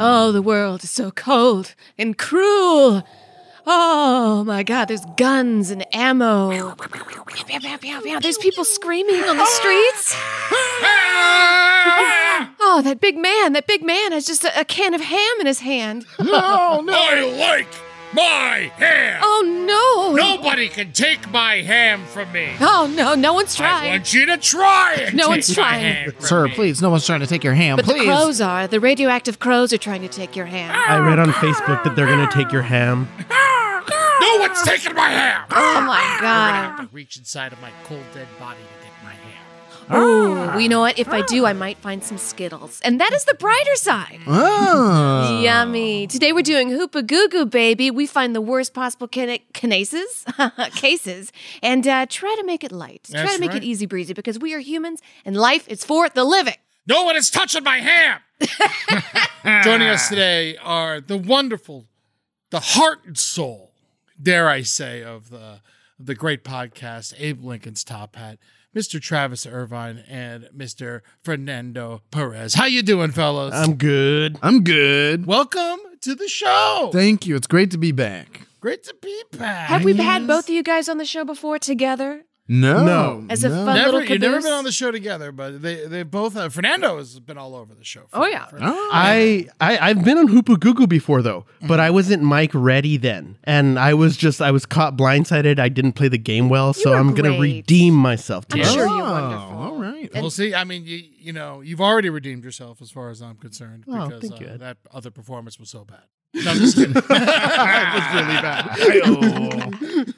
Oh, the world is so cold and cruel. Oh my god, there's guns and ammo. Pew, pew, pew, pew, pew. There's people screaming on the streets. Oh, that big man, that big man has just a, a can of ham in his hand. Oh, No, no. I like my ham. Oh no. Nobody can take my ham from me. Oh no, no one's I trying. want you to try it. No one's my trying. ham from Sir, me. please, no one's trying to take your ham. But please. the crows are. The radioactive crows are trying to take your hand. I read on Facebook that they're gonna take your ham. No one's taking my ham. Oh my I'm gonna god. have to reach inside of my cold dead body to get my ham. Ooh, well, you know what? If I do, I might find some Skittles. And that is the brighter side. Oh. Yummy. Today we're doing Hoopa Goo Goo Baby. We find the worst possible kin- kinases, cases, and uh, try to make it light. try That's to make right. it easy breezy because we are humans and life is for the living. No one is touching my ham. Joining us today are the wonderful, the heart and soul, dare I say, of the of the great podcast, Abe Lincoln's Top Hat, Mr. Travis Irvine, and Mr. Fernando Perez. How you doing, fellas? I'm good. I'm good. Welcome to the show. Thank you. It's great to be back. Great to be back. Have we had both of you guys on the show before together? No. No. As a fun- Never, little you've never caboose? been on the show together, but they they both uh, Fernando has been all over the show. Oh, yeah. Oh. I, I I've been on Hoopa Goo Goo before though, but I wasn't mic ready then, and I was just I was caught blindsided. I didn't play the game well, so were I'm gonna great. redeem myself. I'm Today. sure Oh, you're wonderful. All right. Well, see, I mean, you you know, you've already redeemed yourself as far as I'm concerned Oh, because thank uh, you, Ed. that other performance was so bad. No, I'm just kidding.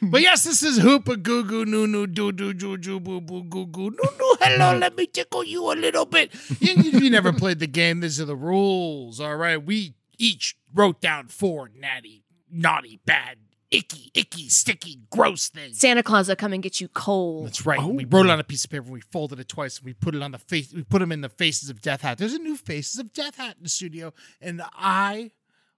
But yes, this is Hoopa Goo Goo Noo Noo Doo Doo Joo Joo Boo Boo Goo Goo Noo Noo. Hello, let me tickle you a little bit. You, you, you never played the game. These are the rules. All right, we each wrote down four natty, naughty, bad, icky, icky, sticky, gross things. Santa Claus will come and get you cold. That's right. We wrote it on a piece of paper. We folded it twice, and we put it on the face. We put them in the faces of Death Hat. There's a new Faces of Death Hat in the studio, and I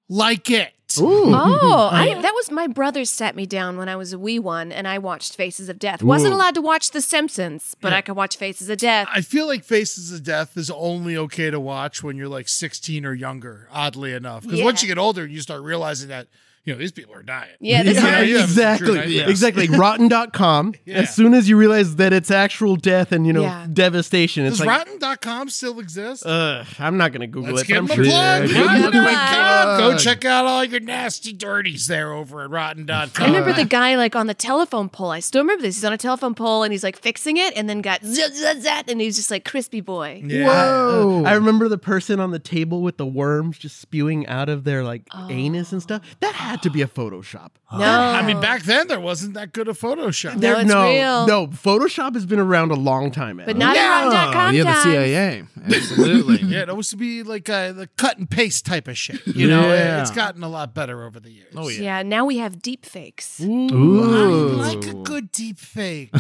like it. Ooh. Oh, I, that was my brother sat me down when I was a wee one and I watched Faces of Death. Wasn't allowed to watch The Simpsons, but I could watch Faces of Death. I feel like Faces of Death is only okay to watch when you're like 16 or younger. Oddly enough, because Yeah. once you get older, you start realizing that you know these people are dying. Yeah, this Yeah, is yeah, it's a true exactly. nightmare. Exactly. Rotten.com. Yeah. As soon as you realize that it's actual death and you know Yeah. devastation, it's Does like Uh, Rotten.com still exist? Ugh, I'm not gonna Google Let's it. but give I'm them a sure- plug. give 'em a Rotten.com. Go plug. check out all your nasty dirties there over at Rotten.com. I remember Oh. the guy like on the telephone pole. I still remember this. He's on a telephone pole and he's like fixing it and then got zut, zut, zut, and he's just like crispy boy. Yeah. Whoa. Oh. I remember the person on the table with the worms just spewing out of their like anus and stuff. That had to be a Photoshop. No. I mean, back then there wasn't that good a Photoshop. No, it's no, real. no, Photoshop has been around a long time. Ed. But not Yeah. around dot com Oh, yeah, the times. CIA. Absolutely. Yeah, it used to be like uh, the cut and paste type of shit. You know, Yeah. it's gotten a lot better over the years. Oh, Yeah. now we have deep fakes. Mm. Ooh. I like a good deep fake.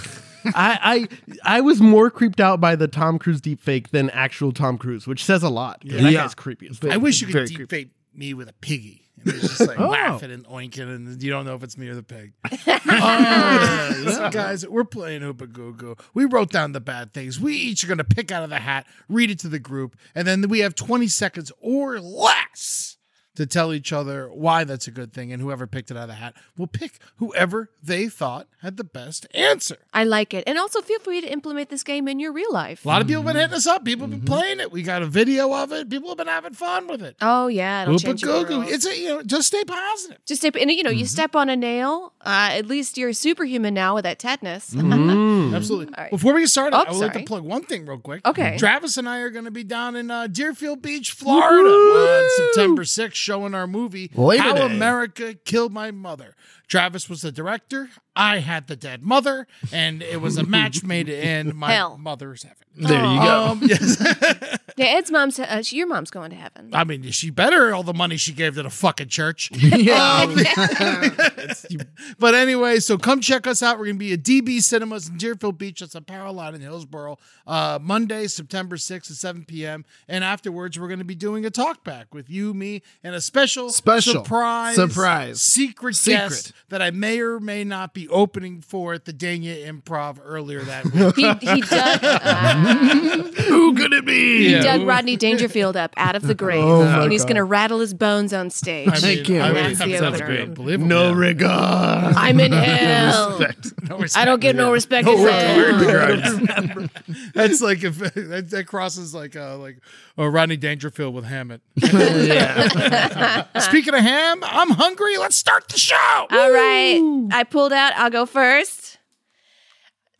I, I I was more creeped out by the Tom Cruise deepfake than actual Tom Cruise, which says a lot. Yeah. That Yeah. guy's creepy as I fuck. wish you could Very deep fake me with a piggy. And it's just like Oh. laughing and oinking, and you don't know if it's me or the pig. Oh, so guys, we're playing Hoopa Goo Goo. We wrote down the bad things. We each are going to pick out of the hat, read it to the group, and then we have 20 seconds or less to tell each other why that's a good thing. And whoever picked it out of the hat will pick whoever they thought had the best answer. I like it. And also feel free to implement this game in your real life. A lot of people have been hitting us up. People Mm-hmm. have been playing it. We got a video of it. People have been having fun with it. Oh yeah, it'll Hoopa change your Goo Goo. world. It's a, you know, just stay positive. just step and you know Mm-hmm. you step on a nail. Uh, at least you're a superhuman now with that tetanus. Mm-hmm. Mm. Absolutely. All right. Before we get started, Oh, I would like to sorry. plug one thing real quick. Mm-hmm. Okay. Travis and I are going to be down in uh, Deerfield Beach, Florida on September 6th, showing our movie, Labor How Day. America Killed My Mother. Travis was the director. I had the dead mother, and it was a match made in my Hell. mother's heaven. There you go. Um, yes. Oh. Yeah, Ed's mom's. Uh, she- your mom's going to heaven. I mean, she better all the money she gave to the fucking church. Um, but anyway, so come check us out. We're going to be at DB Cinemas in Deerfield Beach. That's a power lot in Hillsboro. Uh, Monday, September 6th at 7 p.m. And afterwards, we're going to be doing a talk back with you, me, and a special, Special. surprise, Surprise. secret, Secret. guest that I may or may not be opening for at the Dania Improv earlier that week. He, he dug, uh, Who could it be? he dug Rodney Dangerfield up out of the grave, Oh, my and he's God. going to rattle his bones on stage. I Thank you. That's the sounds opener. unbelievable. No regard. I'm in hell. No I respect. don't get no respect. in hell. That's like if that, that crosses like uh like uh, Rodney Dangerfield with Hammett. Speaking of ham, I'm hungry. Let's start the show. All right. I pulled out. I'll go first.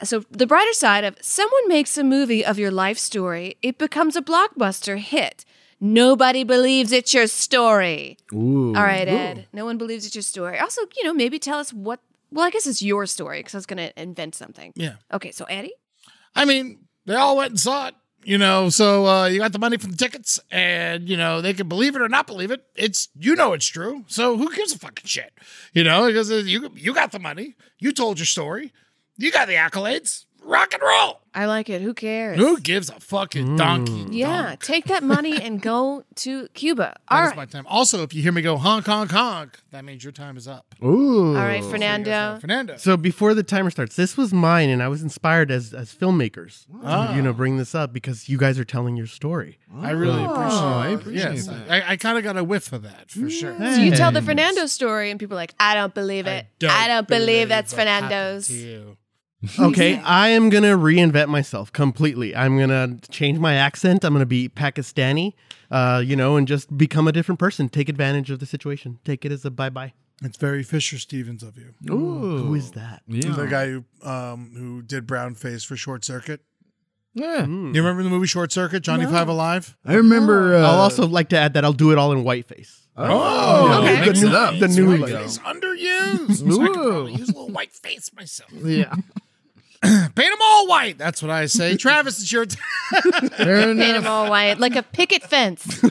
So, the brighter side of someone makes a movie of your life story, it becomes a blockbuster hit. Nobody believes it's your story. All right, Ed. No one believes it's your story. Also, you know, maybe tell us what. Well, I guess it's your story because I was going to invent something. Yeah. Okay, so Eddie? I mean, they all went and saw it, you know. So uh, you got the money from the tickets, and you know they can believe it or not believe it. It's you know it's true. So who gives a fucking shit, you know? Because uh, you you got the money, you told your story, you got the accolades. Rock and roll. I like it. Who cares? Who gives a fucking donkey? yeah, take that money and go to Cuba. That All is right. my time. Also, if you hear me go honk honk honk, that means your time is up. Ooh. All right, Fernando. Fernando. So before the timer starts, this was mine, and I was inspired as as filmmakers, to, you know, bring this up because you guys are telling your story. Um, I really appreciate Oh, I it. appreciate yes, that. I, I kind of got a whiff of that for sure. So you tell the Fernando story, and people are like, I don't believe it. I don't, believe, that's what happened Fernando's. to you. Okay, I am gonna reinvent myself completely. I'm gonna change my accent. I'm gonna be Pakistani, uh, you know, and just become a different person. Take advantage of the situation. Take it as a bye bye. It's very Fisher Stevens of you. Ooh. Who is that? The Yeah. guy who um, who did brown face for Short Circuit. yeah. Hmm. You remember the movie Short Circuit? Johnny Five Alive. I remember. Oh. Uh, I'll also like to add that I'll do it all in whiteface. Oh, Okay. mix Mix it up. The new White logo. face underused. So "Oh, I could Ooh. probably use a little white face myself. Yeah. Paint them all white. That's what I say. Travis, it's your time. Fair Paint enough. them all white, like a picket fence.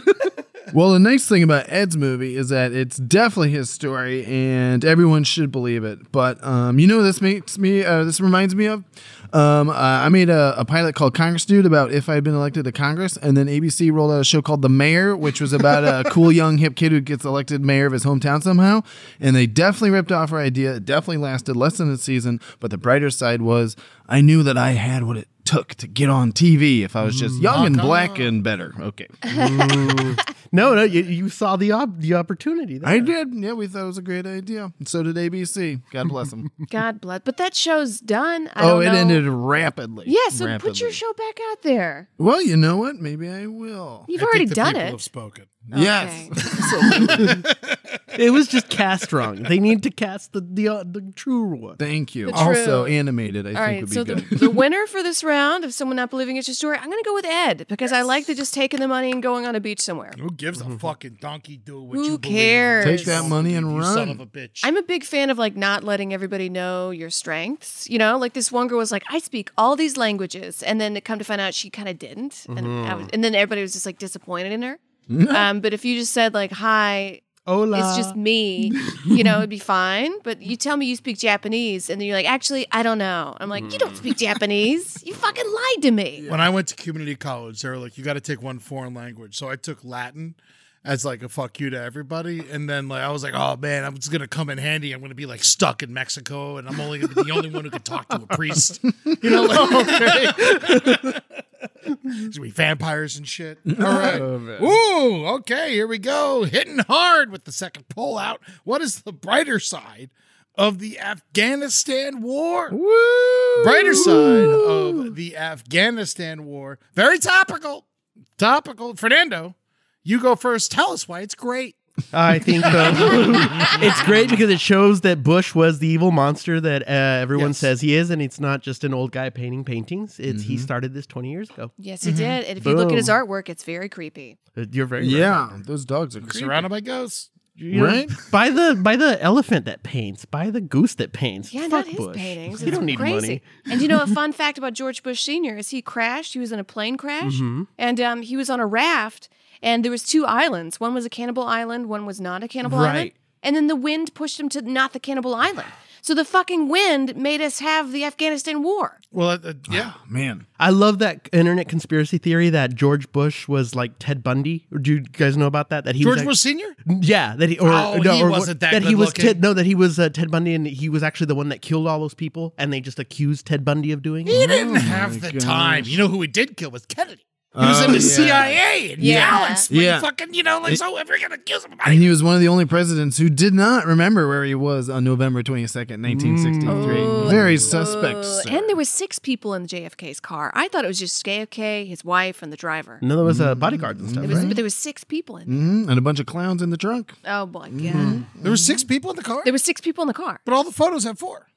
Well, the nice thing about Ed's movie is that it's definitely his story, and everyone should believe it. But um, you know, what this makes me. Uh, this reminds me of. Um, uh, I made a, a pilot called Congress Dude about if I had been elected to Congress, and then ABC rolled out a show called The Mayor, which was about a cool young hip kid who gets elected mayor of his hometown somehow. And they definitely ripped off our idea. It definitely lasted less than a season, but the brighter side was I knew that I had what it took to get on TV if I was just young and black and better. Okay. No, no, you, you saw the op- the opportunity. There. I did. Yeah, we thought it was a great idea. And so did ABC. God bless them. God bless. But that show's done. I oh, don't it know. ended rapidly. Yeah, so Rapidly. put your show back out there. Well, you know what? Maybe I will. You've I already think the done people it. Have spoken. Yes. Absolutely. It was just cast wrong. They need to cast the the, uh, the true one. Thank you. The also true. animated, I All think right, would be so the, good. the winner for this round of someone not believing it's your story, I'm going to go with Ed because I like the just taking the money and going on a beach somewhere. Who gives a fucking donkey do what Who you believe? cares? Mm-hmm. Take that money and You run. son of a bitch. I'm a big fan of like not letting everybody know your strengths. You know, like this one girl was like, I speak all these languages, and then come to find out she kind of didn't, and I was, and then everybody was just like disappointed in her. um, but if you just said like, "Hi, Hola. it's just me," you know, it'd be fine. But you tell me you speak Japanese, and then you're like, "Actually, I don't know." I'm like, "You don't speak Japanese. You fucking lied to me." when I went to community college, they were like, you got to take one foreign language. So I took Latin as like a fuck you to everybody. And then like I was like, oh man, I'm just gonna come in handy. I'm gonna be like stuck in Mexico, and I'm only gonna be the only one who could talk to a priest. You know, like There's gonna be vampires and shit. All right. Ooh, okay, here we go. Hitting hard with the second poll out. What is the brighter side of the Afghanistan war? brighter side of the Afghanistan war. Very topical. Topical. Fernando, you go first. Tell us why it's great. I think so. it's great because it shows that Bush was the evil monster that uh, everyone Yes. says he is, and it's not just an old guy painting paintings. It's he started this twenty years ago. Yes, he did. And if you look at his Boom. artwork, it's very creepy. Uh, You're very right. yeah, those dogs are creepy. Surrounded by ghosts. You know, Right? by the by the elephant that paints, by the goose that paints. Yeah, Fuck not his Bush. paintings. You It's don't need crazy. money. And you know, a fun fact about George Bush Sr. is he crashed. He was in a plane crash, Mm-hmm. and um, he was on a raft. And there was two islands. One was a cannibal island. One was not a cannibal island. Right. And then the wind pushed him to not the cannibal island. So the fucking wind made us have the Afghanistan war. Well, uh, uh, yeah. Man, I love that internet conspiracy theory that George Bush was like Ted Bundy. Do you guys know about that? That he George ac- Bush Senior. Yeah, that he or Oh, no, he or wasn't that he was good-looking. Ted, no, that he was uh, Ted Bundy, and he was actually the one that killed all those people, and they just accused Ted Bundy of doing. He Oh it. didn't have the time. You know who he did kill was Kennedy. He was Oh, in the yeah. CIA and Yeah. Dallas. when Yeah. Fucking, you know, like, so if we're going to kill somebody. and he was one of the only presidents who did not remember where he was on November twenty second, nineteen sixty Oh. three. Very suspect. Oh, sir. and there was six people in JFK's car. I thought it was just JFK, his wife, and the driver. And then there was uh, bodyguards and stuff. Mm-hmm. It was, right? But there was six people in. Mhm, and a bunch of clowns in the trunk. Oh my god! Mm-hmm. there were six people in the car, There was six people in the car. but all the photos have four.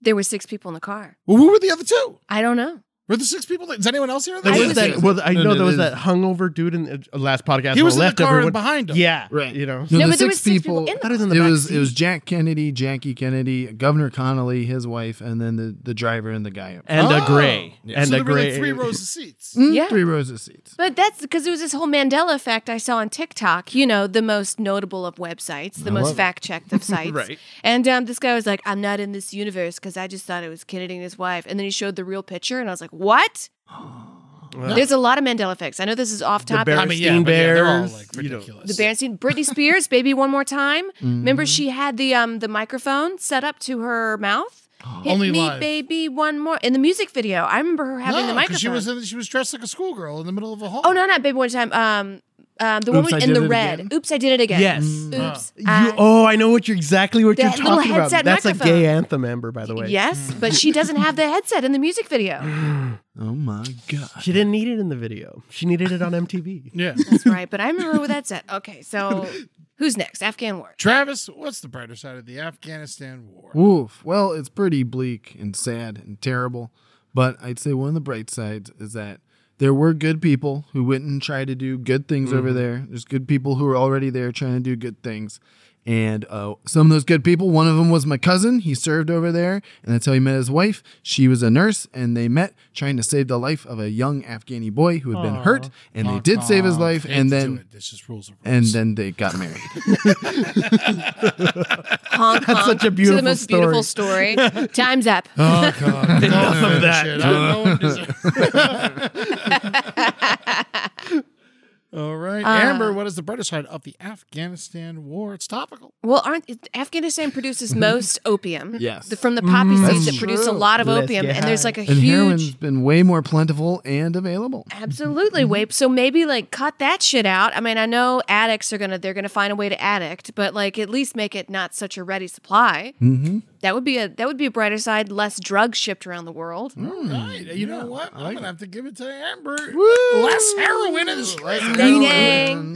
There were six people in the car. Well, who were the other two? I don't know. Were the six people? Is anyone else here? There I was was that. thinking- Well, I No, know no, there was there's- that hungover dude in the uh, last podcast. He was in the left car and everyone behind him. Yeah, Right. You know, No, No, the but there was six six people. people in the that was in the it back was seat. it was Jack Kennedy, Jackie Kennedy, Governor Connolly, his wife, and then the, the driver and the guy. up- and a gray and Oh. so there a were gray. like three rows of seats. Mm, Yeah. Three rows of seats. But that's because it was this whole Mandela effect I saw on TikTok, you know, the most notable of websites, the most fact checked of sites. Right. And um, this guy was like, I'm not in this universe because I just thought it was Kennedy and his wife. And then he showed the real picture, and I was like, what? There's a lot of Mandela effects. I know this is off The topic. Berenstein I mean, yeah, but yeah, they're all Bears. like you know. ridiculous. The Berenstein, Britney Spears, baby, one more time. Remember, she had the um the microphone set up to her mouth. Hit Only me, live. baby, one more. In the music video, I remember her having the 'cause microphone. She was in, she was dressed like a schoolgirl in the middle of a hall. Oh no, not baby one time. Um, um, the Oops, I woman in did the it red. again. Oops, I did it again. Yes. Mm. Oops. You, I- oh, I know what you're exactly what you're That little talking about. headset That's a microphone. gay anthem, Amber. By the way, yes, but she doesn't have the headset in the music video. Oh my god. she didn't need it in the video. She needed it on MTV. Yeah. That's right. But I remember with that set. Okay, so who's next? Afghan war. Travis, what's the brighter side of the Afghanistan war? Woof. Well, it's pretty bleak and sad and terrible, but I'd say one of the bright sides is that there were good people who went and tried to do good things over there. There's good people who were already there trying to do good things. And uh, some of those good people, one of them was my cousin. He served over there, and that's how he met his wife. She was a nurse, and they met trying to save the life of a young Afghani boy who had been hurt, and they did save his life. Can't And do then, it. this just rules of and then they got married. Hong Kong. such a to beautiful the most beautiful story. Time's up. oh god, enough of that. shit. I don't know what it is. All right, Amber, what is the brighter side of the Afghanistan war? It's topical. Well, aren't it- Afghanistan produces most opium? Yes. The- from the poppy seeds that produce a true. lot of Let's opium, get and there's high. like a and heroin's huge. been way more plentiful and available. Absolutely, Wape. So maybe like cut that shit out. I mean, I know addicts are gonna they're gonna find a way to addict, but like at least make it not such a ready supply. Mm-hmm. That would be a that would be a brighter side. Less drugs shipped around the world. Mm-hmm. Hmm. Right. You know what? I'm gonna have to give it to Amber. Less heroin in the street. Dang.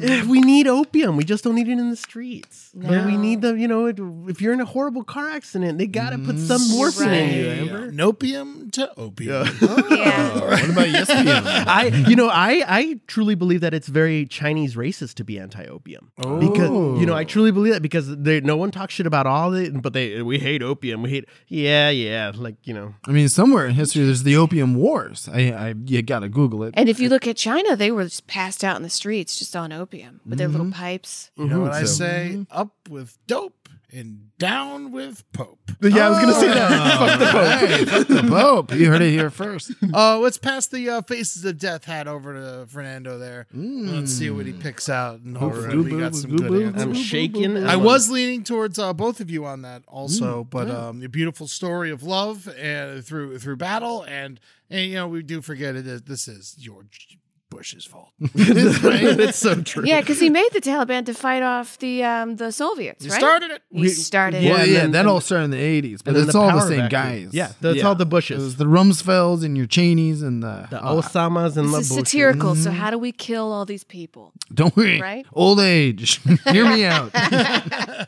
Eh, we need opium. We just don't need it in the streets. But we need the, you know, it, if you're in a horrible car accident, they got to put some morphine in you, Mm, Right. Amber. Nopium to opium. Yeah. What about ESPN? I, you know, I, I truly believe that it's very Chinese racist to be anti-opium. Oh. Because you know, I truly believe that because they, no one talks shit about all it, but they we hate opium. We hate, yeah, yeah, like you know, I mean, somewhere in history, there's the Opium Wars. I, I you gotta Google it. And if you look at China, they were just passed out in the streets, just on opium with their little pipes. You know what I say? Up with dope and down with Pope. yeah, I was gonna say Hey, Oh, fuck the Pope. You heard it here first. Oh, let's pass the uh, faces of death hat over to Fernando there. Let's see what he picks out, and Mm. hopefully we got some good answers. I'm shaking. I was leaning towards uh, both of you on that also, Mm, but um, the beautiful story of love and through through battle, and, and you know we do forget it. Is, this is George Bush's fault. it's so true. Yeah, because he made the Taliban to fight off the um, the Soviets, You right? started it. He started Yeah, it. and yeah, then- that and- all started in the '80s, but then it's the all the power same vacuum. guys. Yeah, that's all the Bushes. It was the Rumsfelds and your Cheneys and the, The uh, Osamas and This is Labushes. satirical. So how do we kill all these people? don't worry, Right? old age. Hear me out.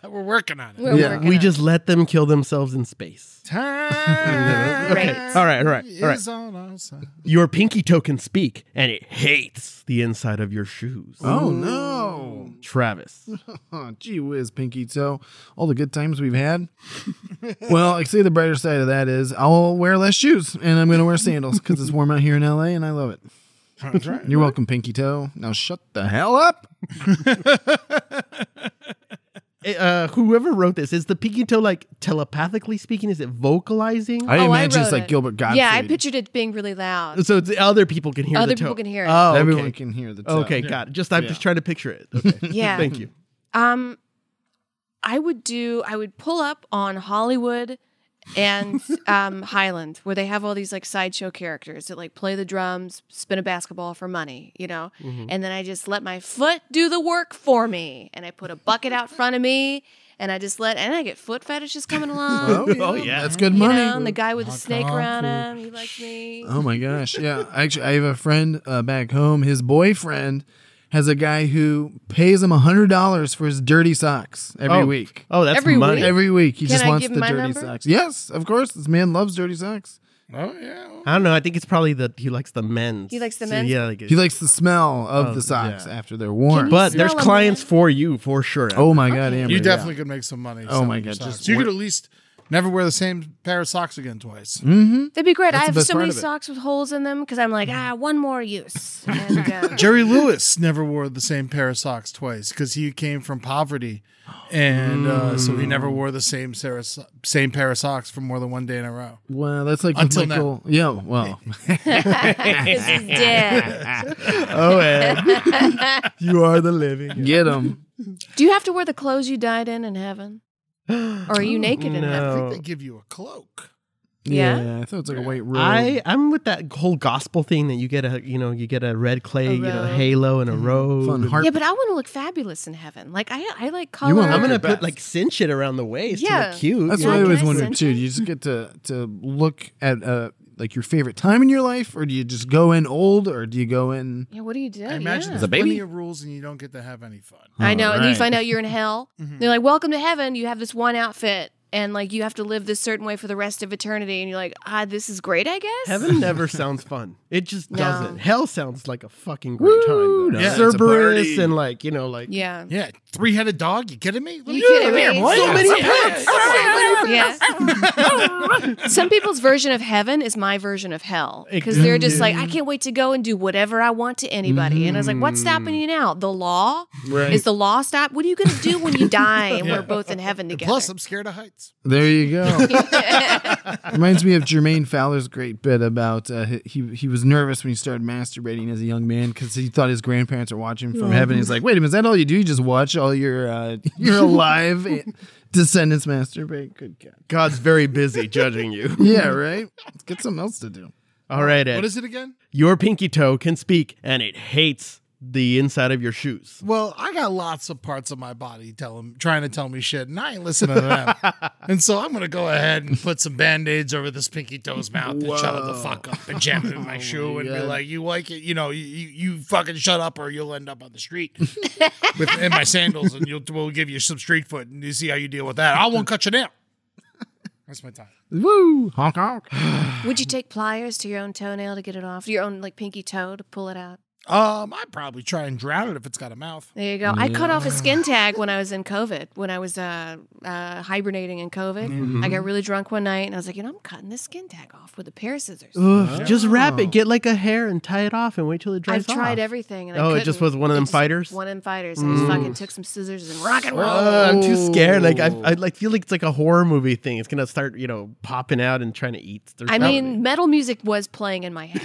We're working on it. We're Yeah. working We on just let them kill themselves in space. Time Okay. All right. All right. All right. is on our side. Your pinky toe can speak, and it hates the inside of your shoes. oh no! Travis. Oh, gee whiz, Pinky Toe. All the good times we've had. well, I see the brighter side of that is I'll wear less shoes and I'm going to wear sandals because it's warm out here in LA and I love it. You're welcome, Pinky Toe. Now shut the hell up. Uh, whoever wrote this is the pinky toe like telepathically speaking? Is it vocalizing? I Oh, I imagine it's wrote like it. Gilbert it. Gottfried. Yeah, I pictured it being really loud. so it's, other people can hear. Other the toe. people can hear it. Oh, okay. Everyone can hear the toe. Okay, got it. Just I'm just trying to picture it. Okay. Yeah. Thank you. Um, I would do. I would pull up on Hollywood and um, Highland, where they have all these like sideshow characters that like play the drums, spin a basketball for money, you know. Mm-hmm. And then I just let my foot do the work for me, and I put a bucket out front of me, and I just let, and I get foot fetishes coming along. Oh yeah. That's good You money. know, and the guy with the snake around him, he likes me. Oh my gosh. Yeah. Actually, I have a friend uh, back home. His boyfriend has a guy who pays him $100 for his dirty socks every Oh. week. Oh, that's Every money. week? Every week, he Can just I wants give the my dirty number? socks. Yes, of course. This man loves dirty socks. Oh yeah. I don't know. I think it's probably the he likes the men's. He likes the So, men's? yeah, like, He likes the smell of Oh, the socks yeah. after they're worn. But Smell there's a clients man. for you for sure. oh my god, Amber, You yeah. definitely could make some money. Oh my selling your God, socks. just you work- could at least never wear the same pair of socks again twice. Mm. That'd be great. I the have best so part many of it. Mm. socks with holes in them because I'm like, ah, one more use. And, uh, Jerry Lewis never wore the same pair of socks twice because he came from poverty, and uh, so he Mm. never wore the same pair of so- same pair of socks for more than one day in a row. Well, that's like Until Until Michael. Yeah, well, this is dead. Oh, Ed. you are the living. Ah. get him. Do you have to wear the clothes you died in in heaven? Or are you naked in I heaven? think No. they give you a cloak. Yeah? I thought it's like a white robe. I I'm with that whole gospel thing that you get a you know you get a red clay A Mm-hmm. you know robe. halo and a robe. fun heart. Yeah, but I want to look fabulous in heaven. Like I, I like You color. wanna I'm look gonna your put best. like cinch it around the waist to Yeah. look cute. that's you what I know? can always I wondered send too. you? Do you just get to to look at uh like your favorite time in your life, or do you just go in old, or do you go in? yeah, what do you do? I imagine yeah. there's plenty of rules, and you don't get to have any fun. I know, and then you Alright. find out you're in hell. They're like, "Welcome to heaven. You have this one outfit, and like you have to live this certain way for the rest of eternity." And you're like, "Ah, this is great, I guess." Heaven never sounds fun. It just No. doesn't. Hell sounds like a fucking great time. Though. Yeah, it's a Cerberus party. and like you know like Yeah. Yeah, three headed dog. You kidding me? Let You kidding me? So many yeah. Some people's version of heaven is my version of hell because they're just like, I can't wait to go and do whatever I want to anybody. And I was like, what's stopping you now? The law? Is the law stop? What are you going to do when you die and we're both in heaven together? Plus, I'm scared of heights. There you go. Reminds me of Jermaine Fowler's great bit about uh, he- he he was nervous when he started masturbating as a young man because he thought his grandparents were watching from heaven. He's like, wait a minute, is that all you do? You just watch all your uh, your alive descendants masturbate? Good God. God's very busy judging you. Yeah, right. Let's get something else to do. All right, Ed. What is it again? Your pinky toe can speak, and it hates the inside of your shoes. Well, I got lots of parts of my body telling, trying to tell me shit, and I ain't listening to them. and so I'm gonna go ahead and put some band aids over this pinky toe's mouth and shut it the fuck up and jam it in my shoe and be like, "You like it? You know, you, you you fucking shut up, or you'll end up on the street with in my sandals, and you'll we'll give you some street foot, and you see how you deal with that. I won't cut you down." That's my time. Woo! Honk honk. Would you take pliers to your own toenail to get it off? Your own like pinky toe to pull it out? Um, I'd probably try and drown it if it's got a mouth. There you go. I cut off a skin tag when I was in COVID, when I was uh, uh, hibernating in COVID. Mm-hmm. I got really drunk one night and I was like, you know, I'm cutting this skin tag off with a pair of scissors. Ugh, Just wrap it, get like a hair, and tie it off, and wait till it dries. I've tried off. everything. And I Oh, it just couldn't. was one of them It just- fighters? Mm. One of them fighters. I just fucking took some scissors and rock and roll. Uh, I'm too scared. Like I, I like feel like it's like a horror movie thing. It's gonna start, you know, popping out and trying to eat. There's I probably- mean, metal music was playing in my head.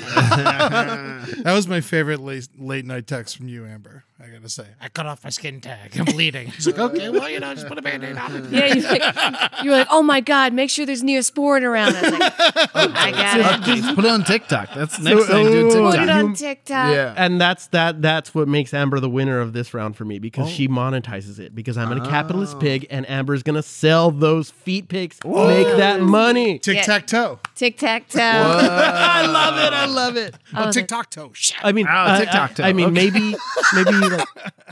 That was my favorite late, late night text from you, Amber. I gotta say, I cut off my skin tag. I'm bleeding. It's like, okay, well, you know, just put a band-aid on it. yeah, you're like, you're like, oh my god, make sure there's neosporin around. I was like, I got it. Put it on TikTok. That's the next thing. Do oh, Put it TikTok. on TikTok. Yeah. and that's that. That's what makes Amber the winner of this round for me Oh. because she monetizes it. Because I'm a capitalist pig, and Amber's gonna sell those feet pics, make that Uh. money. Tic tac toe. Tic tac toe. I love it. I love it. Oh, tic tac toe. Shit. I mean, Wow, I- TikTok I, I toe. mean, Okay. maybe maybe like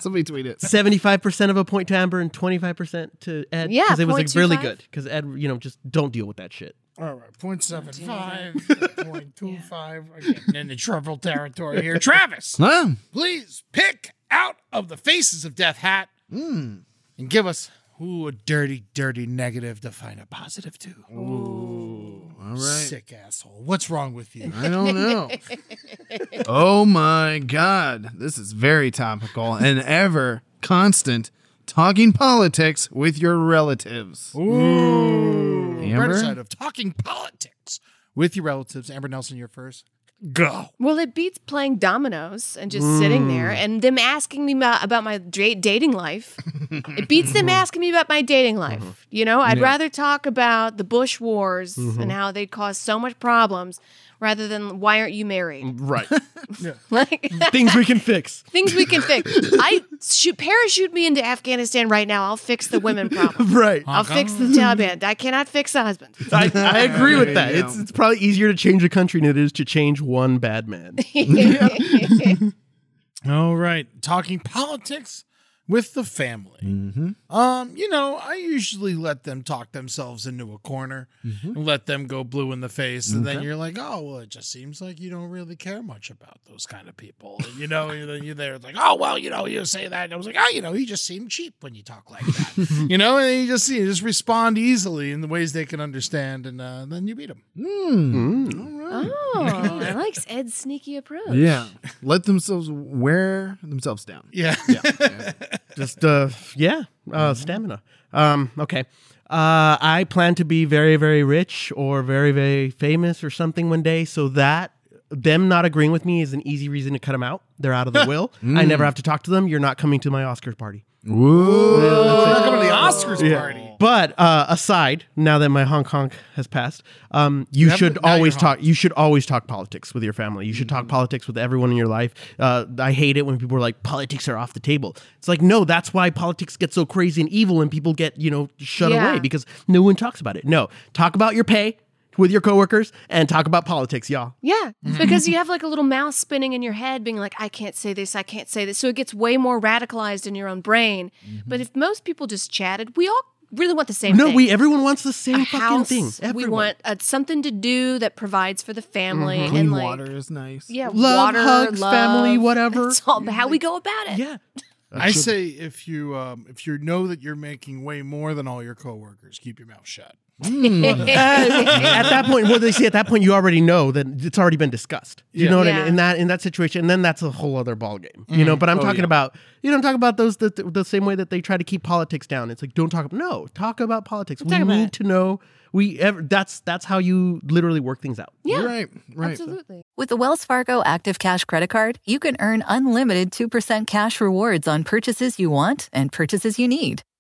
Somebody tweet it. seventy-five percent of a point to Amber and twenty-five percent to Ed. Yeah, because it was like really 0.25. good. Because Ed, you know, just don't deal with that shit. All right, point seven five, point two five. We're getting into trouble territory here. Travis, Huh? please pick out of the faces of Death Hat and give us ooh, a dirty, dirty negative to find a positive to. All right. Sick asshole. What's wrong with you? I don't know. oh my God. This is very topical and ever constant talking politics with your relatives. Ooh. Amber? Brighter side of talking politics with your relatives. Amber Nelson, you're first. Go. Well, it beats playing dominoes and just sitting there and them asking me ma- about my dra- dating life. it beats them asking me about my dating life. You know, I'd rather talk about the Bush wars and how they caused so much problems rather than why aren't you married? Right. Mm. Like Things we can fix. things we can fix. I shoot parachute me into Afghanistan right now. I'll fix the women problem. Right. I'll fix the Taliban. I cannot fix the husband. I, I agree with that. Yeah. It's it's probably easier to change a country than it is to change one bad man. All right. Talking politics with the family. Um, you know, I usually let them talk themselves into a corner and let them go blue in the face. And then you're like, oh, well, it just seems like you don't really care much about those kind of people. And, you know, and then you're there like, oh, well, you know, you say that. And I was like, oh, you know, you just seem cheap when you talk like that. you know, and you just see, you just respond easily in the ways they can understand. And uh, then you beat them. Hmm. Oh, I like Ed's sneaky approach. Yeah. Let themselves wear themselves down. Yeah. Just uh, yeah, uh, Mm-hmm. stamina. Um, okay. Uh, I plan to be very, very rich or very, very famous or something one day. So that them not agreeing with me is an easy reason to cut them out. They're out of the will. Mm. I never have to talk to them. You're not coming to my Oscars party. Welcome to the Oscars party. But uh, aside, now that my Hong Kong has passed, um, you have- should now you're always Hong talk. You should always talk politics with your family. You should Mm. talk politics with everyone in your life. Uh, I hate it when people are like, "Politics are off the table." It's like, no, that's why politics get so crazy and evil, and people get you know shut Yeah. away because no one talks about it. No, talk about your pay with your coworkers and talk about politics, y'all. Yeah, Mm-hmm. because you have like a little mouse spinning in your head, being like, I can't say this, I can't say this. So it gets way more radicalized in your own brain. But if most people just chatted, we all really want the same Mm-hmm. No, thing. we everyone wants the same a fucking house, thing. We Everyone. want uh, something to do that provides for the family Clean and like, water is nice. yeah, Mm-hmm. Love, water, hugs, love. family, whatever. It's all about how we go about it. yeah. I say if you um, if you know that you're making way more than all your coworkers, keep your mouth shut. Mm. at that point, what they say at that point, you already know that it's already been discussed. You know what I Yeah. Mm. Oh, mean? In that in that situation, and then that's a whole other ballgame. You know, but I'm talking about you don't talk about those the, the same way that they try to keep politics down. It's like don't talk. No, talk about politics. We talk about need it. to know. We ever that's that's how you literally work things out. Yeah, Right. Right. absolutely. With the Wells Fargo Active Cash Credit Card, you can earn unlimited 2% cash rewards on purchases you want and purchases you need.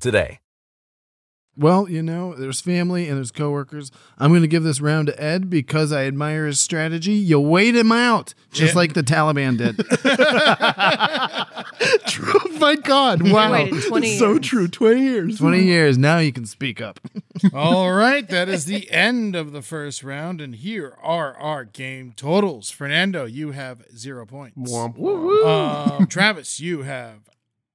today. Well, you know, there's family and there's coworkers. I'm going to give this round to Ed because I admire his strategy. You wait him out, just like the Taliban did. oh my God! Wow, waited 20 so years. true. Twenty years. 20 years, now you can speak up. All right, that is the end of the first round, and here are our game totals. Fernando, you have zero points. Womp Um, Travis, you have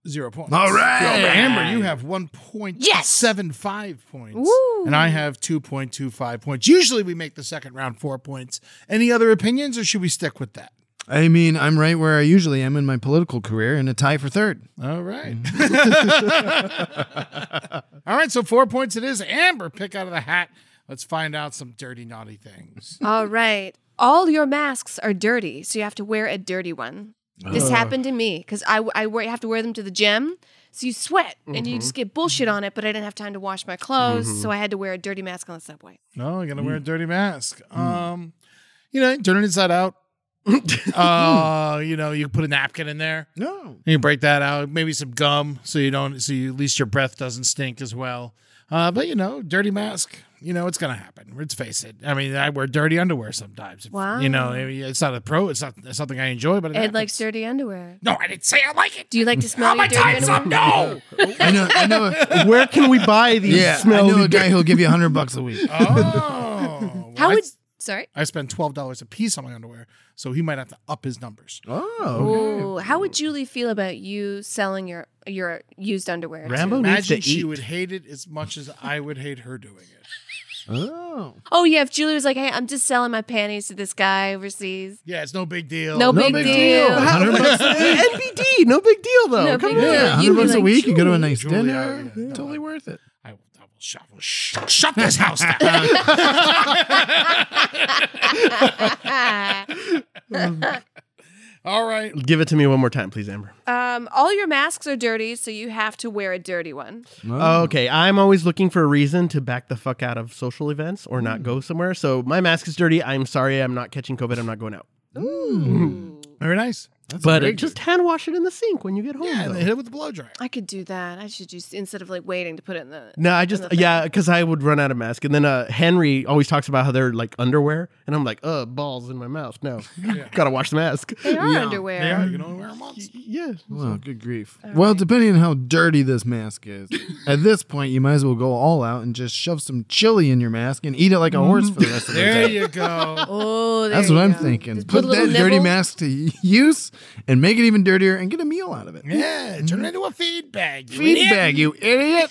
zero points. All right. Amber, you have one point Yes. seven five points. Woo. And I have 2.25 points. Usually we make the second round four points. Any other opinions, or should we stick with that? I mean, I'm right where I usually am in my political career in a tie for third. All right. Mm-hmm. All right, so four points it is. Amber, pick out of the hat. Let's find out some dirty, naughty things. All right. All your masks are dirty, so you have to wear a dirty one. This happened to me because I, I, wear, have to wear them to the gym. So you sweat and you just get bullshit on it, but I didn't have time to wash my clothes, so I had to wear a dirty mask on the subway. No, I'm gonna wear a dirty mask. Um, you know, turn it inside out. uh, you know, you put a napkin in there. No. You can break that out. Maybe some gum, so you don't. So you, at least your breath doesn't stink as well. Uh, but you know, dirty mask. You know, it's gonna happen. Let's face it. I mean, I wear dirty underwear sometimes. Wow. You know, it's not a pro. It's not it's something I enjoy. But it Ed happens. likes dirty underwear. No, I didn't say I like it. Do you like to smell How your many dirty times underwear? I'm no. I know, I know, Where can we buy these? yeah, I smelly know a dirt- guy who'll give you 100 bucks a week. oh, How I- would? Sorry. I spend twelve dollars a piece on my underwear, so he might have to up his numbers. Ooh, Oh. how would Julie feel about you selling your your used underwear? to- Rambo needs to Imagine eat. she would hate it as much as I would hate her doing it. Oh. Oh yeah, if Julie was like, "Hey, I'm just selling my panties to this guy overseas. Yeah, it's no big deal. No, big, deal." How- NBD, no big deal though. No Come big on. deal. Yeah, You'd 100 be bucks a like, week, you go to a nice Julie, dinner. yeah, yeah. Totally worth it. I will, I will shut, I will sh- shut this house down. All right. Give it to me one more time, please, Amber. um, all your masks are dirty, so you have to wear a dirty one. Okay, I'm always looking for a reason to back the fuck out of social events or Mm. not go somewhere. So my mask is dirty. I'm sorry, I'm not catching COVID. I'm not going out. Very nice. but uh, just hand wash it in the sink when you get home. Yeah, though. and hit it with the blow dryer. I could do that. I should just instead of like waiting to put it in the. No, I just yeah, because I would run out of mask, and then uh, Henry always talks about how they're like underwear, and I'm like, uh, balls in my mouth. No, gotta wash the mask. They are They are. underwear. You can only wear them once. yeah, Well, good grief. Well, depending on how dirty this mask is, at this point, you might as well go all out and just shove some chili in your mask and eat it like a horse for the rest of the There day. you go. Oh, there That's you what I'm go. thinking. Just Put, a that little dirty nibble. mask to use and make it even dirtier and get a meal out of it. Mm-hmm. Yeah, turn it into a feed bag. you Feed idiot. bag, you idiot.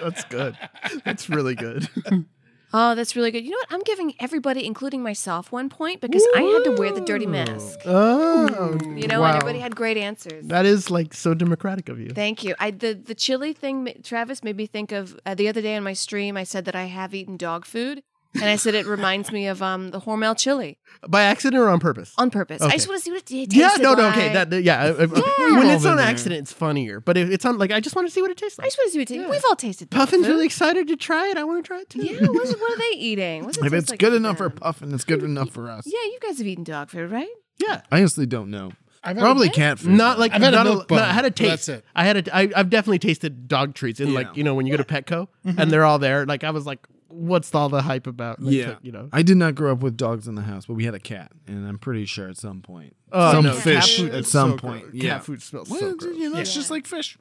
that's good. That's really good. Oh, that's really good. You know what? I'm giving everybody, including myself, one point because I had to wear the dirty mask. oh, You know, wow. and everybody had great answers. that is like so democratic of you. Thank you. I the the chili thing, ma- Travis, made me think of uh, the other day on my stream. I said that I have eaten dog food, and I said it reminds me of um the Hormel chili By accident or on purpose? on purpose. I Okay. just want to see what it t- tasted yeah, no, no, like. okay, that yeah. I- I- When it's on accident, it's funnier. But if it's on like, I just want to see what it tastes I like. just want to see what it tastes. We've all tasted dog Puffin's food. really excited to try it. I want to try it too. Yeah, what, is, what are they eating? What's it if taste it's like good enough for them? Puffin, it's good enough for us. Yeah, you guys have eaten dog food, right? yeah. I honestly don't know. I've had Probably cat food. Not like I've had a not milk no, bone, I had a but taste. that's it. I had a. I, I've definitely tasted dog treats in Yeah. like you know when you go to Petco Mm-hmm. and they're all there. Like I was like, what's all the hype about? Like, yeah, you know. I did not grow up with dogs in the house, but we had a cat, and I'm pretty sure at some point, Oh, some no, cat fish food at is some so point. gross. Yeah, Cat food smells Well, so you gross. know, it's just like fish.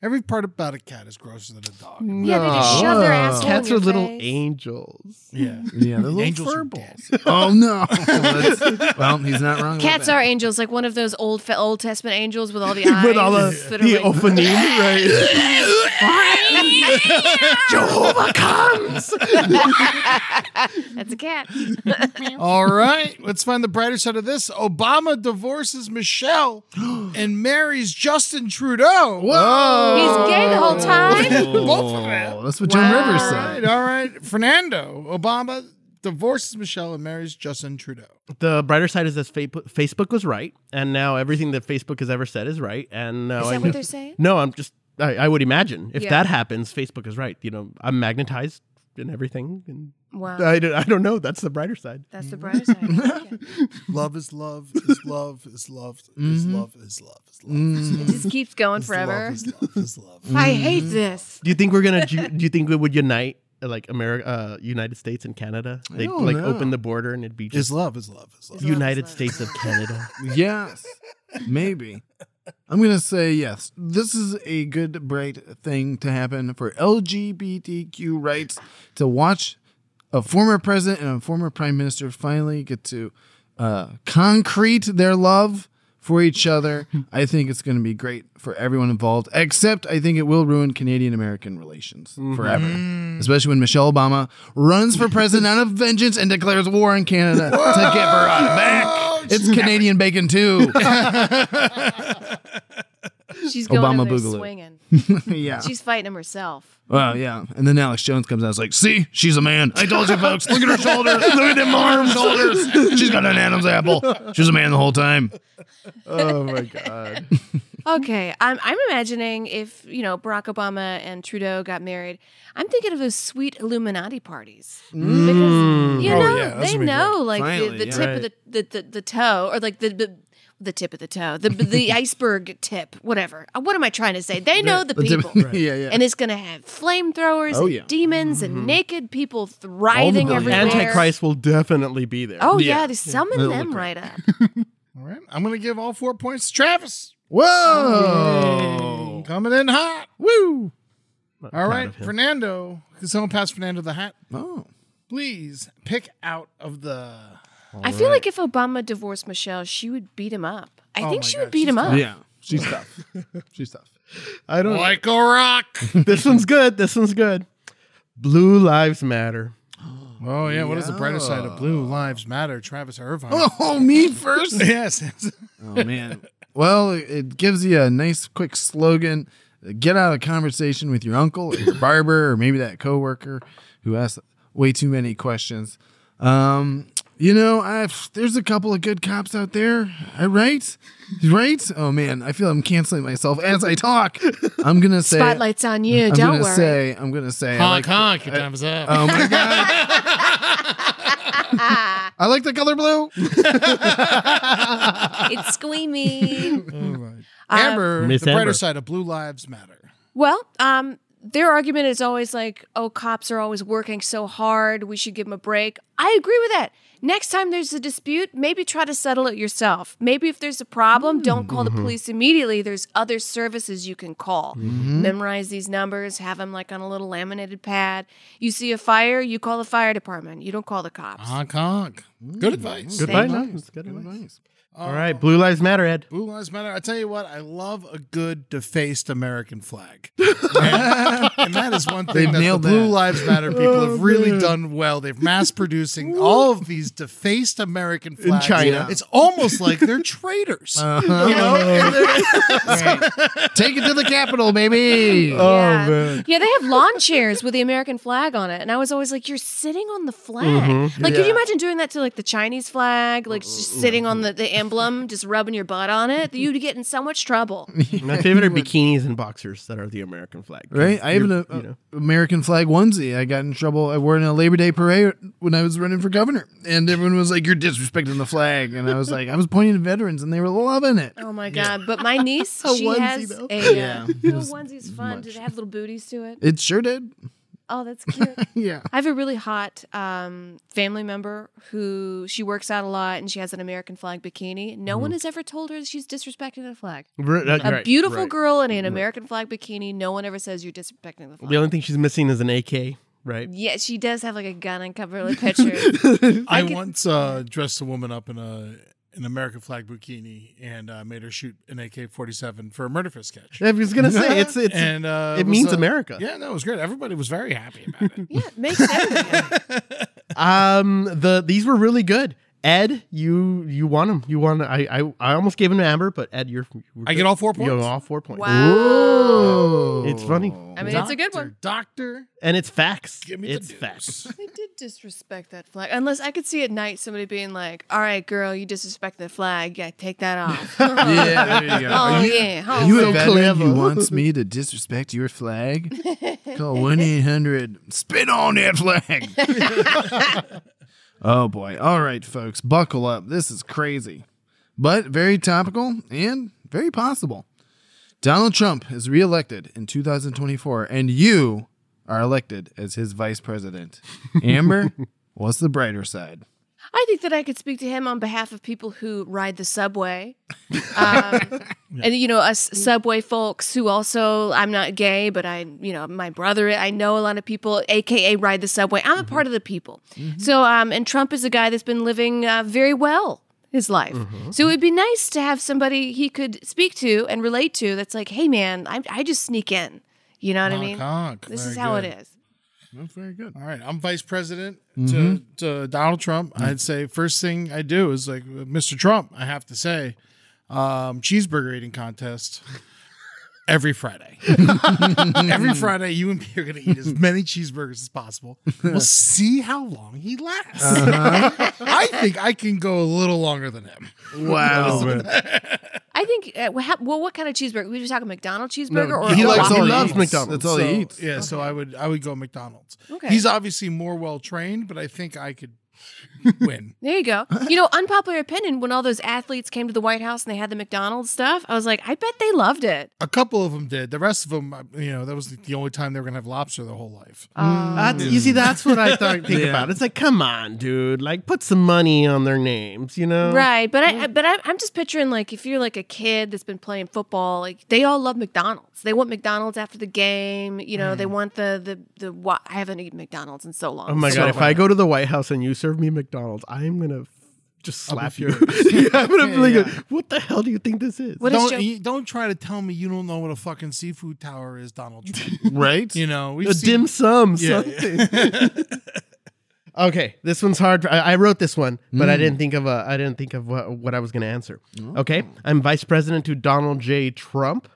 Every part about a cat is grosser than a dog. Yeah, they just shove their No. asshole in Cats your are little face. angels. Yeah. Yeah, the little Angels are furballs. Oh no! That's- well, he's not wrong. about Cats that. are angels, like one of those old fa- Old Testament angels with all the eyes. With all the, that are the like- opening, right? Jehovah comes. That's a cat. All right, let's find the brighter side of this. Obama divorces Michelle and marries Justin Trudeau. Whoa! He's gay the Oh. whole time. Both of them. Oh, that's what Joan Rivers All said. right, all right. Fernando Obama divorces Michelle and marries Justin Trudeau. The brighter side is that Fa- Facebook was right, and now everything that Facebook has ever said is right. And now Is I that know- what they're saying? No, I'm just. I, I would imagine if Yeah. that happens, Facebook is right. You know, I'm magnetized and everything, and Wow, I don't, I don't know. That's the brighter side. that's the bright side. I like it. Love is love is love is love is love is love is love. is It love, just keeps going is forever. love, is love, is love. I hate this. Do you think we're gonna? ju- do you think we would unite uh, like America, uh, United States and Canada? They don't like know. open the border and it'd be Is just love is love is love. United States of Canada. Yes, maybe. I'm gonna say yes. This is a good, bright thing to happen for LGBTQ rights to watch a former president and a former prime minister finally get to uh, concrete their love for each other. I think it's gonna be great for everyone involved. Except, I think it will ruin Canadian American relations forever, Mm. especially when Michelle Obama runs for president out of vengeance and declares war on Canada to get her on back. It's Canadian bacon too. She's going Obama over there Boogaloo. swinging. yeah. She's fighting him herself. Well, yeah. And then Alex Jones comes out. It's like, see, she's a man. I told you, folks. Look at her shoulders. Look at them arms, shoulders. She's got an Adam's apple. She was a man the whole time. oh my god! Okay, I'm I'm imagining if you know Barack Obama and Trudeau got married, I'm thinking of those sweet Illuminati parties because you Oh, know yeah, that's they gonna be know like Finally, the, the yeah. tip of the, the, the, the toe or like the, the the tip of the toe, the the iceberg tip, whatever. Uh, What am I trying to say? They know the, people. yeah, yeah. And it's gonna have flamethrowers, Oh, and yeah. demons, and naked people thriving everywhere. Antichrist will definitely be there. Oh yeah, Yeah. they summon It'll them look right up. All right, I'm gonna give all four points to Travis. Whoa. Coming in hot. Woo. Not All proud right, of him. Fernando. Can someone pass Fernando the hat? Oh. Please pick out of the. I feel like if Obama divorced Michelle, she would beat him up. I Oh think my she God, would beat she's him up. Yeah. She's tough. She's tough. I don't. Like a rock. this one's good. This one's good. Blue lives matter. Oh yeah, what is the brighter side of blue? Lives matter, Travis Irvine. Oh, me first. yes. Oh man. Well, it gives you a nice quick slogan. Get out of conversation with your uncle or your barber or maybe that coworker who asks way too many questions. Um, you know, I've there's a couple of good cops out there. I right? Right? Oh man, I feel I'm canceling myself as I talk. I'm gonna say Spotlight's on you. I'm don't gonna worry. say I'm gonna say I like, honk honk. Your time's up. Oh my god. I like the color blue. it's squeamy. Amber, Miss the brighter Amber. side of blue lives matter. well, um, their argument is always like, "Oh, cops are always working so hard. We should give them a break." I agree with that. Next time there's a dispute, maybe try to settle it yourself. Maybe if there's a Hmm. problem, don't call Mm-hmm. the police immediately. There's other services you can call. Mm-hmm. Memorize these numbers, have them like on a little laminated pad. You see a fire, you call the fire department. You don't call the cops. Honk honk. Good Mm, advice. Good Thank advice. you. That's Good advice. All right, blue lives matter, Ed. Blue lives matter. I tell you what, I love a good defaced American flag, and that is one thing They've that the nailed Blue that. Lives Oh, Matter people have really done well. They've mass producing all of these defaced American flags China. Uh, It's almost like they're traitors. You know, And they're- Take it to the Capitol, baby. Oh, yeah. Yeah, they have lawn chairs with the American flag on it. And I was always like, you're sitting on the flag. Like, could you imagine doing that to like the Chinese flag? Like, just sitting on the, the emblem, just rubbing your butt on it? You'd get in so much trouble. My favorite are bikinis and boxers that are the American flag. Right? I even You're- a, you a- know. American flag onesie. I got in trouble. I wore it in a Labor Day parade when I was running for governor, and everyone was like, "You're disrespecting the flag," and I was like, "I was pointing at veterans, and they were loving it." Oh my God. But my niece, she onesie, has though. a. uh, Yeah, Yeah. it Little was onesie's fun. Did it have little booties to it? It sure did. Oh, that's cute. Yeah. I have a really hot um, family member who she works out a lot and she has an American flag bikini. No Mm-hmm. one has ever told her that she's disrespecting the flag. A beautiful girl in an Mm-hmm. American flag bikini. No one ever says you're disrespecting the flag. The only thing she's missing is an AK, right? yeah, she does have like a gun and coverlet picture. I, could- once uh, dressed a woman up in a an American flag bikini and uh, made her shoot an AK forty seven for a murder fist catch. I was gonna say it's it's and uh, it was, means uh, America. Yeah, that was great. Everybody was very happy about it. yeah, it makes sense. um the these were really good. Ed, you you won them. You won. I I, I almost gave them to Amber, but Ed, you're. you're I get all four You points. get all four points. Wow. Oh. It's funny, I mean, it's a good one. Doctor, and it's facts. give me it's the facts. facts. They did disrespect that flag. Unless I could see at night somebody being like, all right, girl, you disrespect the flag. Yeah, take that off. Yeah, there you go. Oh, Are you, yeah. are Oh, you so a veteran clever. who wants me to disrespect your flag? Call 1 800 Spit on that flag. oh, boy. All right, folks, buckle up. This is crazy, but very topical and very possible. Donald Trump is reelected in 2024, and you are elected as his vice president. Amber, what's the brighter side? I think that I could speak to him on behalf of people who ride the subway. Um, And, you know, us subway folks who also, I'm not gay, but I, you know, my brother, I know a lot of people, AKA ride the subway. I'm a part of the people. So, um, and Trump is a guy that's been living uh, very well his life. So it would be nice to have somebody he could speak to and relate to that's like, hey, man, I, I just sneak in. You know what I Honk, mean? honk. This Very is how good. it is. That's very good. All right, I'm vice president to, to Donald Trump. I'd say first thing I do is like Mr. Trump. I have to say, um, cheeseburger eating contest every Friday. every Friday, you and me are going to eat as many cheeseburgers as possible. We'll see how long he lasts. I think I can go a little longer than him. Wow. I think, uh, wha- well, what kind of cheeseburger? We just talking McDonald's cheeseburger or he a likes Whopper? all he he loves eats. McDonald's. That's all So, he eats. Yeah, so I would I would go McDonald's. Okay. He's obviously more well trained, but I think I could win. There you go. You know, unpopular opinion when all those athletes came to the White House and they had the McDonald's stuff, I was like, I bet they loved it. A couple of them did. The rest of them, uh, you know, that was the only time they were gonna have lobster their whole life. Uh, Um, That's, you see, that's what I thought, think about. It's like, come on, dude. Like, put some money on their names, you know? Right, but I, I but I, I'm just picturing like if you're like a kid that's been playing football, like they all love McDonald's. They want McDonald's after the game. You know, they want the the the. wa- I haven't eaten McDonald's in so long. Mm. Oh my so God. If I go to the White House and you serve me McDonald's, I'm going to just slap you. yeah, I'm going to be like, what the hell do you think this is? What is Joe? don't you, don't try to tell me you don't know what a fucking seafood tower is, Donald Trump. Right? you know, we've a seen- dim sum, Yeah. something. okay, this one's hard. I, I wrote this one, but I Hmm. didn't think of a, I didn't think of what, what I was going to answer. Oh. Okay, I'm vice president to Donald J. Trump.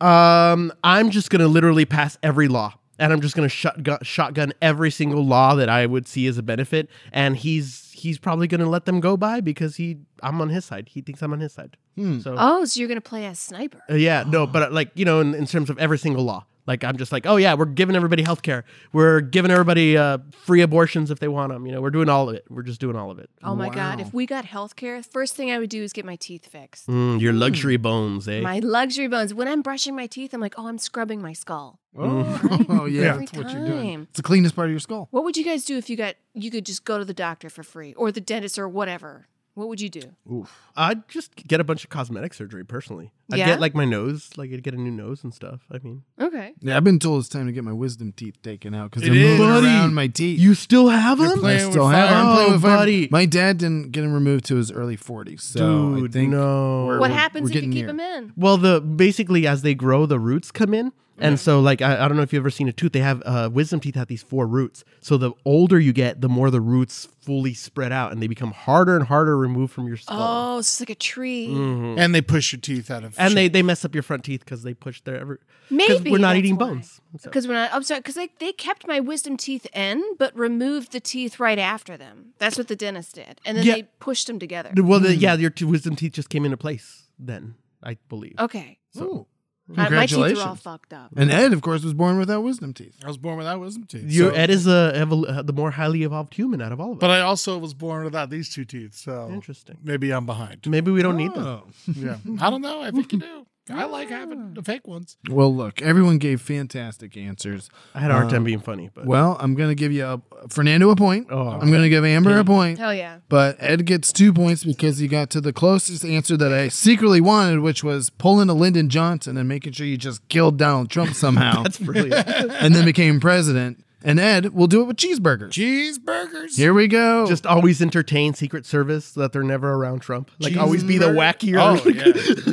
Um, I'm just going to literally pass every law, and I'm just going to shotgun, shotgun every single law that I would see as a benefit. And he's he's probably going to let them go by because he I'm on his side. He thinks I'm on his side. Hmm. So oh, so you're gonna play as sniper? uh, yeah, no, but uh, like you know, in, in terms of every single law, like I'm just like, oh yeah, we're giving everybody health care. We're giving everybody uh, free abortions if they want them. You know, we're doing all of it. We're just doing all of it. Oh my god! If we got health care, first thing I would do is get my teeth fixed. Mm, your luxury bones, eh? My luxury bones. When I'm brushing my teeth, I'm like, oh, I'm scrubbing my skull. Oh, yeah. Every That's what you're doing. time. It's the cleanest part of your skull. What would you guys do if you got you could just go to the doctor for free or the dentist or whatever? What would you do? I'd just get a bunch of cosmetic surgery personally. I'd Yeah? get like my nose, like I'd get a new nose and stuff. I mean, Okay. Yeah, I've been told it's time to get my wisdom teeth taken out because It they're is. moving Buddy, around my teeth. you still have You're them? I playing- still with have. fire. I'm playing Oh, with fire. buddy. My dad didn't get them removed to his early 40s, so I Dude, think no. we're- What we're- happens we're if you getting keep near. them in? Well, the basically as they grow, the roots come in, and so like I, I don't know if you've ever seen a tooth. They have uh, wisdom teeth have these four roots. So the older you get, the more the roots fully spread out, and they become harder and harder removed from your skull. Mm-hmm. Oh, it's like a tree. Mm. and they push your teeth out of. And shape. they, they mess up your front teeth because they push their every. 'cause Maybe we're not that's eating why. bones. So- Because we're not. I'm sorry. Because they, they kept my wisdom teeth in, but removed the teeth right after them. That's what the dentist did, and then Yeah. they pushed them together. Well, the, yeah, your two wisdom teeth just came into place then, I believe. Okay. Ooh. I- my teeth are all Congratulations. fucked up. And Ed, of course, was born without wisdom teeth. I was born without wisdom teeth. Your so- Ed is a evol- uh, the more highly evolved human out of all of us. but I also was born without these two teeth. So Interesting. Maybe I'm behind. Oh. Maybe we don't need them. Yeah, I don't know. I think you do. I like having the fake ones. Well, look, everyone gave fantastic answers. I had a hard time being funny, but Well, I'm gonna give you a, Fernando a point. Oh. I'm gonna give Amber a point. Hell yeah. But Ed gets two points because he got to the closest answer that I secretly wanted, which was pulling a Lyndon Johnson and making sure you just killed Donald Trump somehow that's brilliant. and then became president. And Ed will do it with cheeseburgers. Cheeseburgers. Here we Oh. go. Just always entertain Secret Service so that they're never around Trump. Like always be the wackier. Oh,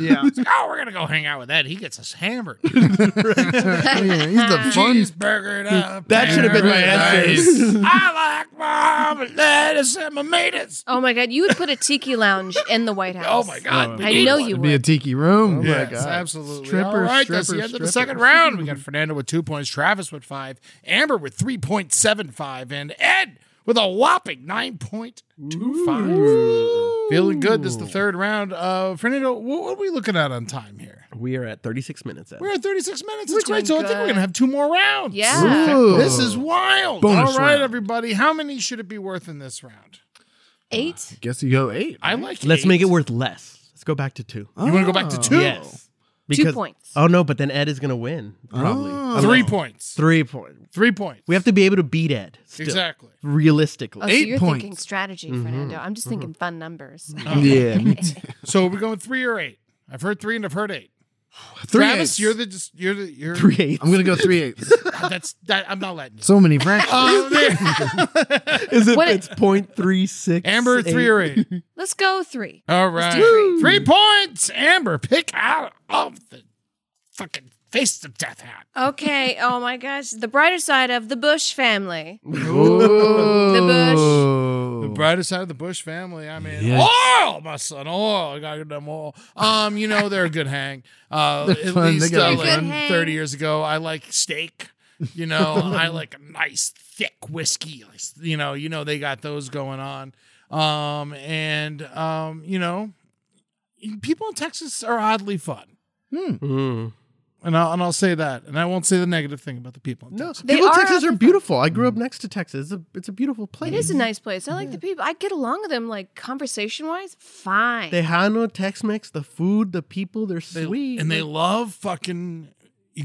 yeah. yeah. oh, we're going to go hang out with Ed. He gets us hammered. yeah. He's the fun. Cheeseburger it up. That should have been my paradise. answer. I like mom lettuce and my tomatoes. Oh my god, you would put a tiki lounge in the White House. Oh, my God. I know you It'd be a would. tiki room. Yes, absolutely. Stripper, All right, that's the stripper, end of the stripper. second round. We got Fernando with two points, Travis with five, Amber with 3.75, and Ed with a whopping 9.25. Feeling good. This is the third round. Uh, Fernando, wh- what, are we looking at on time here? We are at 36 minutes. Ed. We're at 36 minutes. We're It's great. So doing I think we're good. going to have two more rounds. yeah. Ooh. This is wild. Bonus All right, round. everybody. How many should it be worth in this round? Eight. Guess you go eight. I like Let's eight. make it worth less. Let's go back to two. Oh. Oh. You want to go back to Oh. two? Yes. Two points. Oh no, but then Ed is gonna win. Probably. Oh. I'm Three like, points. Three points. Three points. We have to be able to beat Ed. Still, Exactly. Oh, Realistically. so Eight you're thinking points. Mm-hmm. strategy, Fernando. I'm just thinking fun numbers. Yeah. me too. So we're going three or eight. I've heard three and I've heard eight. Three Travis, eights. you're the just you're the you're Three eights. I'm gonna go three eights. that's that I'm not letting you. So many fractions. Oh, there. Is it? What- It's point three six. Amber, three or eight. Let's go three. All right. do Three points. Amber, pick out of the fucking face of death hat. Okay. Oh my gosh. The brighter side of the Bush family. Oh. The brighter side of the Bush family. I mean, Yes. oil, my son, oil. I got them all. Um, you know they're a good hang. Uh, They're at fun. They least got uh, a good like hang. thirty years ago, I like steak. You know, I like a nice thick whiskey. You know, you know they got those going on. Um, and um, you know, people in Texas are oddly fun. Mm. And I'll, and I'll say that, and I won't say the negative thing about the people. In No, Texas. They people in are Texas out are there. beautiful. I grew up next to Texas. It's a, it's a beautiful place. It is a nice place. I like the people. I get along with them, like conversation wise, fine. Tejano, Tex-Mex, the food, the people, they're They- sweet. and they love fucking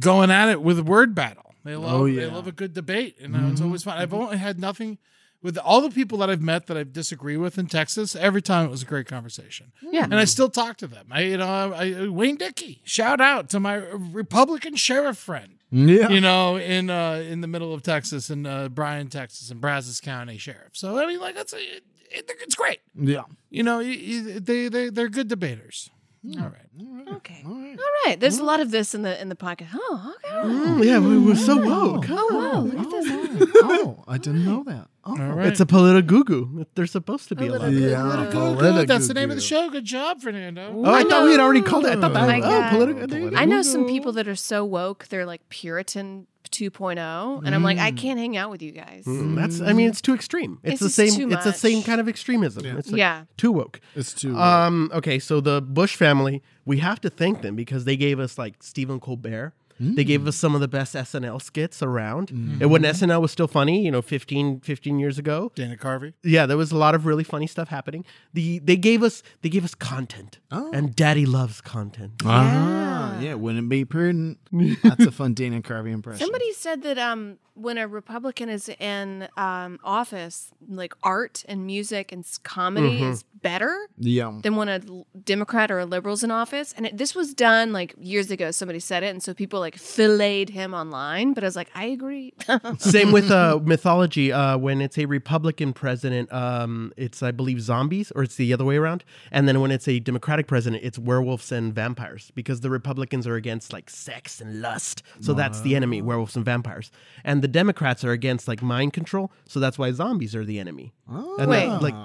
going at it with a word battle. They love Oh, they yeah. Mm-hmm. love a good debate, and uh, it's always fun. I've only had nothing with all the people that I've met that I've disagreed with in Texas. Every time it was a great conversation, Yeah. and I still talk to them. I you know I, I- Wayne Dickey, shout out to my Republican sheriff friend. Yeah. You know, in uh, in the middle of Texas, in uh, Bryan, Texas, and Brazos County Sheriff. So I mean, like that's a, it, it, it's great. Yeah. You know, you, you, they they they're good debaters. Hmm. All right. okay. All right. There's a lot of this in the in the pocket. Oh, okay. all right. Mm, yeah, we were so woke. Oh wow. Look at this. oh, I didn't know that. Oh. All right. It's a political They're supposed to be a Politigugu. lot. Yeah. Good, Politgugu. good. That's the name of the show. Good job, Fernando. Oh, I, thought we had already called it. I thought that Oh my was God. oh, political. I know some people that are so woke, they're like Puritan 2.0, and I'm like, I can't hang out with you guys. Mm, that's. I mean, it's too extreme. It's, It's the just same. too It's the much. same kind of extremism. It's like Yeah. Too woke. It's too. Um. Okay. So the Bush family, we have to thank them because they gave us like Stephen Colbert. They gave us some of the best SNL skits around. And when SNL was still funny, you know, 15, 15 years ago, Dana Carvey. yeah, there was a lot of really funny stuff happening. The they gave us they gave us content, Oh. and Daddy loves content. ah, yeah. Wouldn't it be prudent? That's a fun Dana Carvey impression. Somebody said that um, when a Republican is in um, office, like art and music and s- comedy Mm-hmm. is better Yeah. than when a l- Democrat or a liberal's in office. And it, this was done like years ago. Somebody said it, and so people like filleted him online. But I was like, I agree. Same with uh, mythology. Uh, when it's a Republican president, um, it's I believe zombies, or it's the other way around. And then when it's a Democratic president, it's werewolves and vampires because the Republicans are against like sex and lust, so that's the enemy, werewolves and vampires. And the Democrats are against like mind control, so that's why zombies are the enemy. And Wait. that, like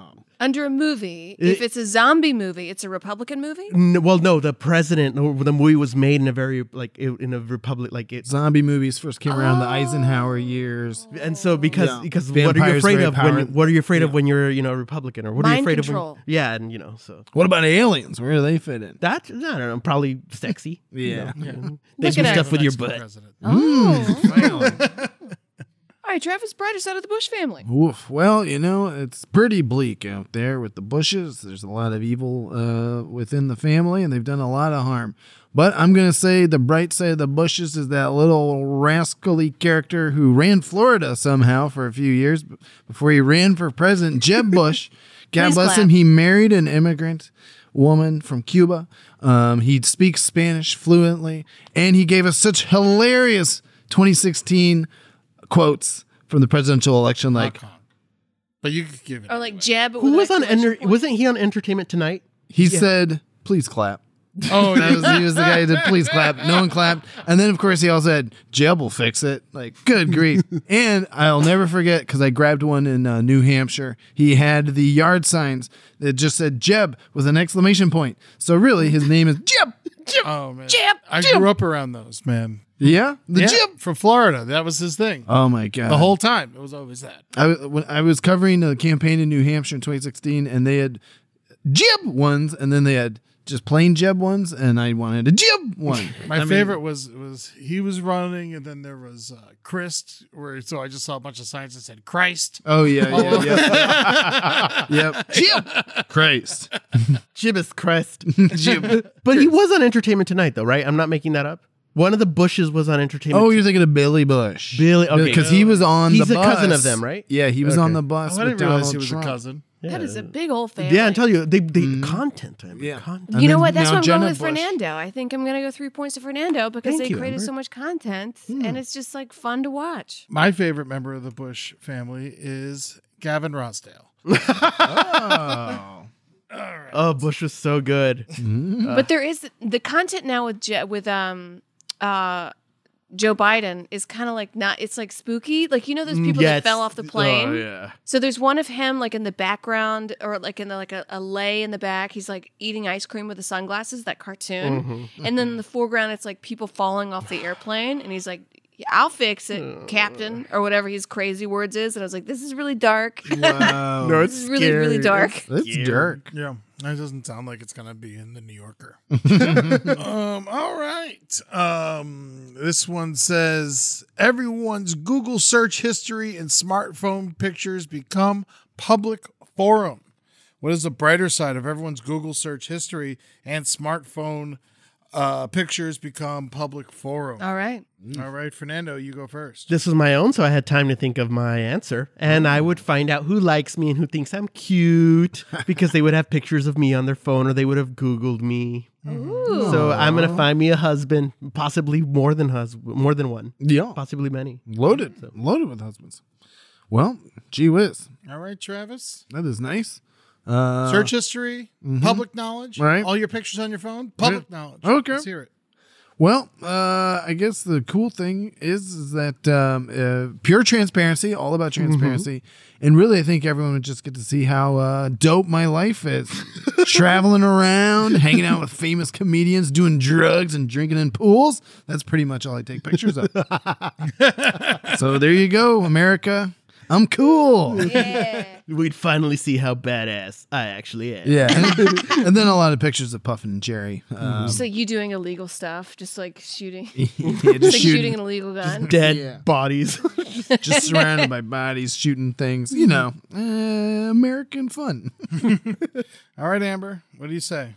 Under a movie, if It- Mm. it's a zombie movie, it's a Republican movie. n- well, no, the president, or the movie was made in a very like i- in a republic, like it. Zombie movies first came around the Oh. Eisenhower years. And so because Yeah. because what are you Vampires afraid very of when you, powerful. what are you afraid of when you're you know a Republican or what are you Mind afraid of control. when yeah and you know so What about aliens? Where do they fit in? that I don't know probably sexy Mm-hmm. Yeah. they Look do at her. Oh, stuff with your Mexican butt president. Oh, Wow. all All right, Travis Bright is out of the Bush family. Woof. Well, you know, it's pretty bleak out there with the Bushes. There's a lot of evil uh, within the family, and they've done a lot of harm. But I'm going to say the bright side of the Bushes is that little rascally character who ran Florida somehow for a few years b- before he ran for president, Jeb Bush. God Please bless clap. him. He married an immigrant woman from Cuba. Um, he speaks Spanish fluently, and he gave us such hilarious 2016 quotes from the presidential election like But you could give it. Or Oh, like Jeb. Who with was on? exclamation Enter- point. wasn't he on Entertainment Tonight? He said, "Please clap." Oh, That was, he was the guy who did "Please clap." No one clapped, and then of course he also had "Jeb will fix it." Like, good grief! and I'll never forget because I grabbed one in uh, New Hampshire. He had the yard signs that just said "Jeb" with an exclamation point. So really, his name is Jeb. Oh man, Jeb, I Jeb. grew up around those man. Yeah, the Yeah, Jeb. from Florida. That was his thing. Oh my god! the whole time it was always that. I w- when I was covering a campaign in New Hampshire in 2016, and they had Jeb ones, and then they had just plain Jeb ones, and I wanted a Jeb one. My I mean- favorite was was he was running, and then there was uh, Christ. Where so I just saw a bunch of signs that said Christ. Oh yeah, yeah, yeah. yep. Jib. Christ. Jibus Crest. But he was on Entertainment Tonight, though, right? I'm not making that up. One of the Bushes was on Entertainment. Oh, you're thinking of Billy Bush. Billy- okay. because he was on. He's the a cousin bus. of them, right? Yeah, he was Okay. on the bus. Oh, I with didn't realize Donald he was Trump. a cousin. That is a big old family. yeah, I tell you, they they content. I mean, Mm-hmm. Yeah. content. And You know then what? That's now what I'm Jenna going with Bush. Fernando. I think I'm going to go three points to Fernando because Thank they you, created Amber. so much content and it's just like fun to watch. My favorite member of the Bush family is Gavin Rosdale. Oh. Oh, Bush was so good. but there is the content now with Je- with um uh Joe Biden is kind of like not. It's like spooky. Like you know those people yeah, that fell it's- off the plane. Mm, Oh, yeah. So there's one of him like in the background or like in the, like a, a lay in the back. He's like eating ice cream with the sunglasses. That Mm-hmm. cartoon. And then in the foreground, it's like people falling off the airplane, and he's like. I'll fix it, Captain, or whatever his crazy words is. And I was like, this is really dark. Wow. No, This is really, really dark. That's dark. Yeah, that doesn't sound like it's gonna be in the New Yorker. um, all right. Um, this one says everyone's Google search history and smartphone pictures become public forum. What is the brighter side of everyone's Google search history and smartphone uh, pictures become public forum? All right. all right, Fernando, you go first. This was my own, so I had time to think of my answer, and Mm-hmm. I would find out who likes me and who thinks I'm cute because they would have pictures of me on their phone or they would have Googled me. So I'm gonna find me a husband, possibly more than hus- more than one, Yeah. possibly many. Loaded. Loaded with husbands. Well, gee whiz. All right, Travis. That is nice. Uh, mm-hmm. Search history, public knowledge, Right. all your pictures on your phone, public knowledge. Okay. Let's hear it. Well, uh, I guess the cool thing is, is that um, uh, pure transparency, all about transparency, and really, I think everyone would just get to see how uh, dope my life is. Traveling around, hanging out with famous comedians, doing drugs, and drinking in pools. That's pretty much all I take pictures of. so there you go, America. I'm cool. We'd finally see how badass I actually am. Yeah, and then a lot of pictures of Puffin and Jerry. Um, Just like you doing illegal stuff, just like shooting, yeah, just just like shooting shooting an illegal gun. Dead Yeah. bodies. just surrounded by bodies shooting things you know uh, american fun All right, Amber, what do you say?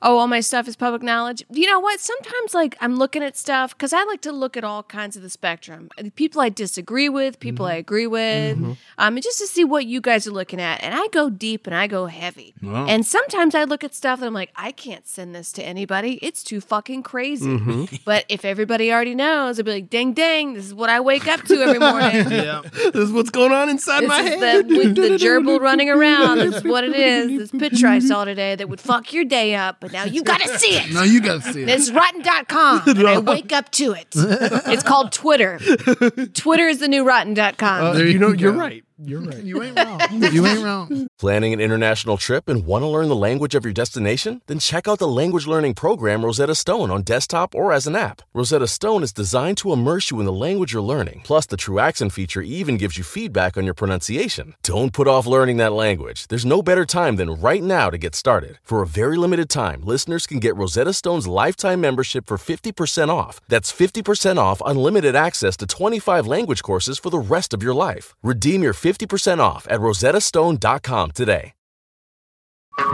oh, all my stuff is public knowledge. You know what? Sometimes, like, I'm looking at stuff because I like to look at all kinds of the spectrum Uh, The people I disagree with, people Mm-hmm. I agree with, um, and just to see what you guys are looking at. And I go deep and I go heavy. And sometimes I look at stuff and I'm like, I can't send this to anybody. It's too fucking crazy. Mm-hmm. But if everybody already knows, I'd be like, ding, ding, this is what I wake up to every morning. this is what's going on inside my This is head. the, with the gerbil running around. That's what it is. This picture I saw today that would fuck your day up, but now you gotta see now it. you gotta see it It's rotten.com. And I wake up to it. It's called Twitter. Twitter is the new rotten.com. Uh, There you you know, go. you're right. You're right. You ain't wrong. you ain't wrong. Planning an international trip and want to learn the language of your destination? Then check out the language learning program Rosetta Stone on desktop or as an app. Rosetta Stone is designed to immerse you in the language you're learning. Plus, the True Accent feature even gives you feedback on your pronunciation. Don't put off learning that language. There's no better time than right now to get started. For a very limited time, listeners can get Rosetta Stone's lifetime membership for 50% off. That's 50% off unlimited access to 25 language courses for the rest of your life. Redeem your 50% off at rosettastone.com today.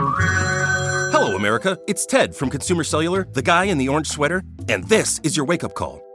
Hello, America. It's Ted from Consumer Cellular, the guy in the orange sweater, and this is your wake up call.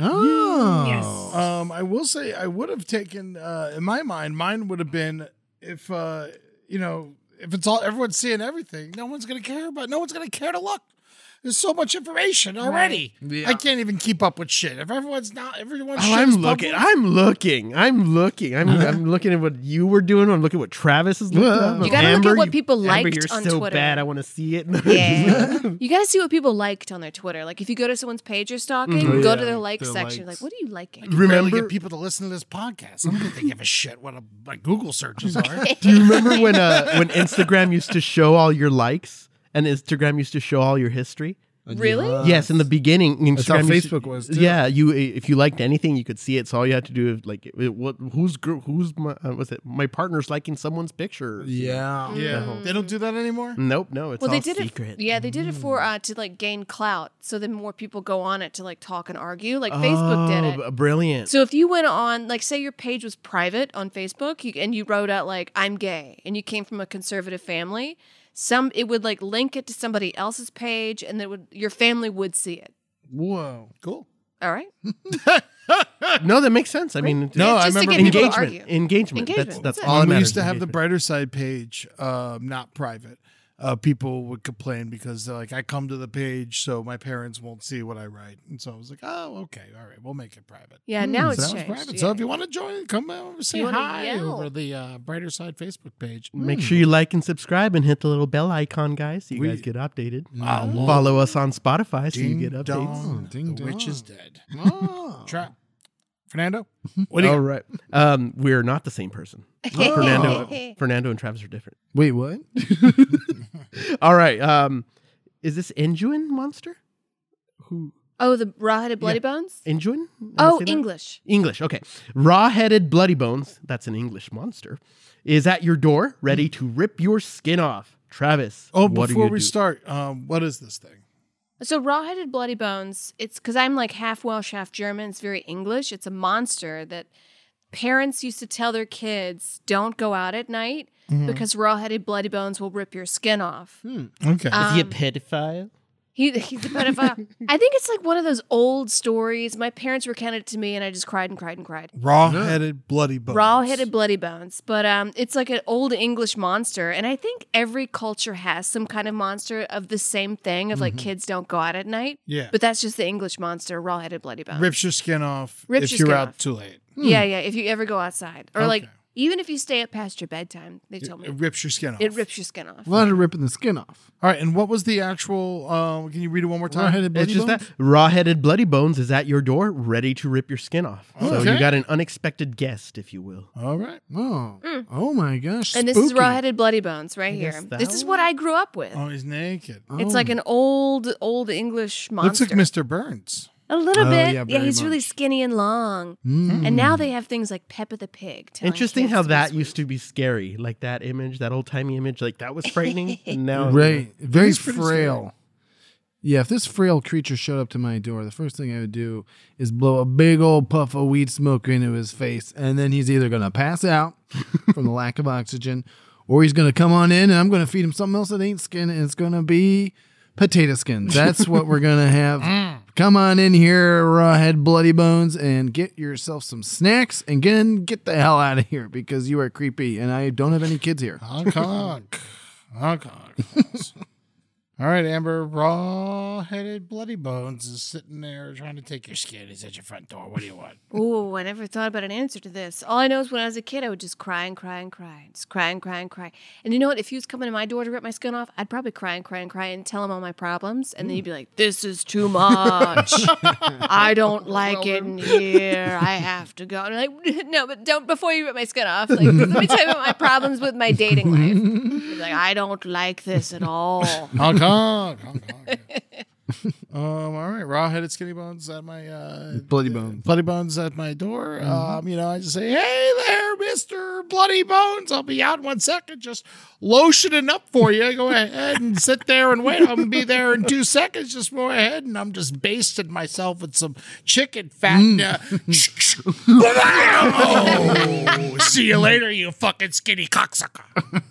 Oh. Um, I will say I would have taken uh, in my mind. Mine would have been if uh, you know if it's all everyone's seeing everything. No one's gonna care about. No one's gonna care to look. There's so much information already. Yeah. I can't even keep up with shit. If everyone's not, everyone's. Oh, shit I'm is looking. public- I'm looking. I'm looking. I'm, Uh-huh. I'm looking at what you were doing. I'm looking at what Travis is looking at. You gotta look at what people Amber, liked you're on so Twitter. bad. I want to see it. Yeah. you gotta see what people liked on their Twitter. Like if you go to someone's page you're stalking, Mhm. go Yeah, to their like their section. likes. Like, what are you liking? I can barely Remember- get uh, people to listen to this podcast. I don't think they give a shit what a, my Google searches are. Do you remember when uh, when Instagram used to show all your likes and Instagram used to show all your history? Really? Yes, in the beginning, Instagram. Uh, That's how used to- Facebook was, too. Yeah, you if you liked anything, you could see it. So all you had to do is like, it- what who's gr- who's my uh, was it my partner's liking someone's picture? Yeah. yeah, they don't do that anymore. Nope, no, it's Well, all they did secret. it. Yeah, they did it for Mm. uh, to like gain clout, so then more people go on it to like talk and argue. Like Facebook did Oh, it. b- Brilliant. So if you went on, like, say your page was private on Facebook, you, and you wrote out like "I'm gay," and you came from a conservative family, some it would like link it to somebody else's page, and it would your family would see it. Whoa, cool. All right, no, that makes sense. I mean, No, I just remember to get people to engagement, argue. engagement. That's Engagement, that's that's it. all. When that Um, we used matters, to have the engagement. brighter side page, um, not private. Uh, people would complain because they're like, I come to the page so my parents won't see what I write, and so I was like, oh, okay, all right, we'll make it private. yeah. now So it's that was changed. private. Yeah. So if you want to join, come over, say You wanna hi yell. over the uh, brighter side Facebook page. Make Hmm. sure you like and subscribe and hit the little bell icon, guys, so you We- guys get updated. Ah, Lord. Follow us on Spotify so Ding you get updates. dong, Oh, Ding the witch dong. is dead. Oh. Trap. Fernando, what do you All got? right. Um, we're not the same person. Fernando, Fernando and Travis are different. Wait, what? All right. Um, is this Injuin monster? Who Oh, the raw-headed bloody bones. Injuin? Am I Oh, saying that? English. English. Okay. Raw-headed bloody bones. That's an English monster. Is at your door, Hmm. ready to rip your skin off. Travis. Oh, what do before you we do? start, um, what is this thing? So raw-headed bloody bones, it's because I'm like half Welsh, half German. It's very English. It's a monster that parents used to tell their kids don't go out at night Mm-hmm. because raw-headed bloody bones will rip your skin off. Hmm. Okay. Is Um, he a pedophile? He, he's a pedophile. I think it's like one of those old stories. My parents recounted it to me, and I just cried and cried and cried. Raw headed bloody bones. Raw-headed bloody bones, but um, it's like an old English monster, and I think every culture has some kind of monster of the same thing of like kids don't go out at night. Mm-hmm. Yeah. but that's just the English monster, raw-headed bloody bones. rips your skin off Rips if your you're skin out off. too late. Yeah, yeah. If you ever go outside, or like Hmm. Okay. even if you stay up past your bedtime, they It, told me it rips your skin off. it rips your skin off. A lot of ripping the skin off. All right, and what was the actual? Um, can you read it one more time? Raw-headed It's just that raw-headed bloody bones is at your door, ready to rip your skin off. So Okay. you got an unexpected guest, if you will. All right. Oh. Oh my gosh. Mm. And this is spooky. raw-headed bloody bones right here. guess that This is what I grew up with. Oh, he's naked. It's like an old, old English Looks monster. like Mr. Burns. A little Oh, bit. yeah, Yeah, very he's really much. skinny and long. Mm. And now they have things like Peppa the Pig. telling Interesting kids how to be that sweet. used to be scary, like that image, that old timey image, like that was frightening. and now, Right. Very He's pretty frail. scary. Yeah, if this frail creature showed up to my door, the first thing I would do is blow a big old puff of weed smoke into his face, and then he's either gonna pass out from the lack of oxygen, or he's gonna come on in and I'm gonna feed him something else that ain't skin, and it's gonna be potato skins. That's what we're gonna have Come on in here, rawhead bloody bones, and get yourself some snacks and get in, get the hell out of here because you are creepy and I don't have any kids here. Honk honk. honk honk. All right, Amber, raw headed bloody bones is sitting there trying to take your skin. He's at your front door. What do you want? Ooh, I never thought about an answer to this. All I know is when I was a kid, I would just cry and cry and cry, just cry and cry and cry. And you know what? If he was coming to my door to rip my skin off, I'd probably cry and cry and cry and tell him all my problems. And then he'd be like, "This is too much. I don't like it in here. I have to go." And I'm like, "No, but don't before you rip my skin off. Like, let me tell you about my problems with my dating life. He's like, I don't like this at all. Honk honk. honk honk. um, all right, raw headed skinny bones at my uh, Bloody bones. Bloody Bones at my door. Um, you know, I just say, "Hey there, Mister Bloody Bones. I'll be out in one second, just lotioning up for you. Go ahead and sit there and wait. I'll be there in two seconds. Just go ahead, and I'm just basting myself with some chicken fat. and, uh, Oh, see you later, you fucking skinny cocksucker."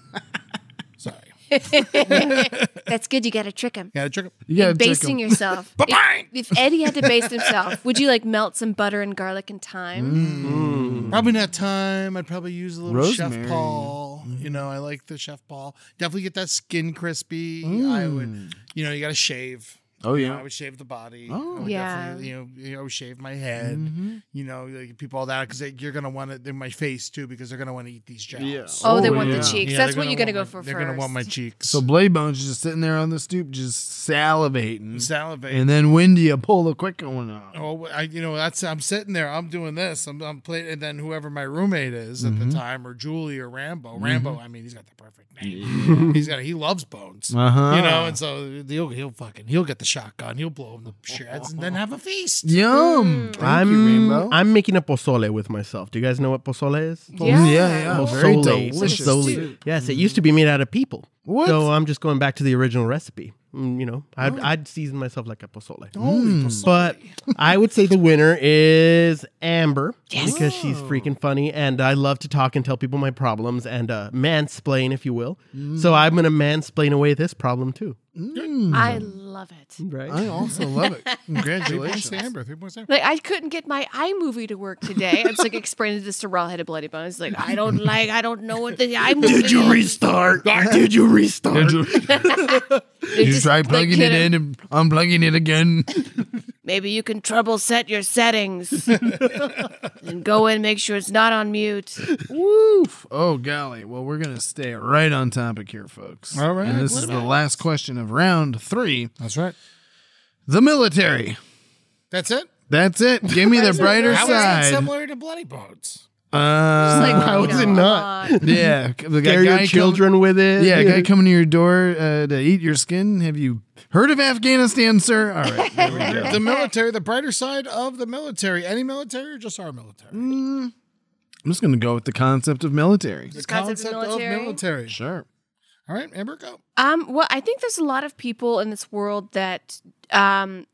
Sorry, That's good. You got to trick him." yeah, trick. him. You gotta trick 'em. basting yourself. Ba-bang! if, if Eddie had to baste himself, would you like melt some butter and garlic and thyme? Probably not time. I'd probably use a little Rosemary. Mm-hmm. Chef Paul. You know, I like the Chef Paul. Definitely get that skin crispy. I would, you know, you got to shave. Oh, You know, Mm. yeah. I would shave the body. Oh. I Mm-hmm. would Yeah. definitely, You know, you know, I would shave my head. You know, like people all that because you're gonna want it in my face too because they're gonna want to eat these jobs. Yeah. Oh, they Oh, want yeah. the cheeks. Yeah, That's they're what you're gonna go want my- for They're first. gonna want my cheeks. So Blade Bones is just sitting there on the stoop, just salivating. salivate. and then when do you pull the quick one out? Oh, I, you know, that's I'm sitting there, I'm doing this, I'm, I'm playing, and then whoever my roommate is at the time, or Julie or Rambo, Rambo. I mean, he's got the perfect name. he's got he loves bones, Uh-huh. you know, and so he'll he'll fucking he'll get the shotgun, he'll blow him the shreds, and then have a feast. Yum. mm. Thank I'm you, Rainbow. Mm. I'm making a pozole with myself. Do you guys know what pozole is? yeah, yeah. Oh, Very pozole. delicious. Pozole. Yes, it used to be made out of people. What? Oh. So I'm just going back to the original recipe. Mm, You know, I'd, I'd season myself like a pozole. Mm. But I would say the winner is Amber because she's freaking funny, and I love to talk and tell people my problems and uh, mansplain, if you will. So I'm gonna mansplain away this problem too. I love it. Right? I also love it. Congratulations. Three points to Amber, three points to Amber. Like I couldn't get my iMovie to work today. I was like explaining this to raw headed bloody bones. Like I don't like. I don't know what the iMovie. Did you restart? Did you restart? They You just, try like, plugging hit it him. in and unplugging it again. Maybe you can trouble set your settings. and go in, make sure it's not on mute. Woof. Oh, golly. Well, we're going to stay right on topic here, folks. All right. And this is the last question of round three That's right. the military. That's it. That's it. Give me the brighter How is that side. similar to bloody bones? Uh, Like, How you is it know, not? uh, yeah. The Scare your children with it. yeah, a guy coming to your door uh, to eat your skin. Have you heard of Afghanistan, sir? All right. there we go. The military, the brighter side of the military. Any military or just our military? I'm just going to go with the concept of military. The concept of military? military. Sure. All right, Amber, go. Um, well, I think there's a lot of people in this world that um,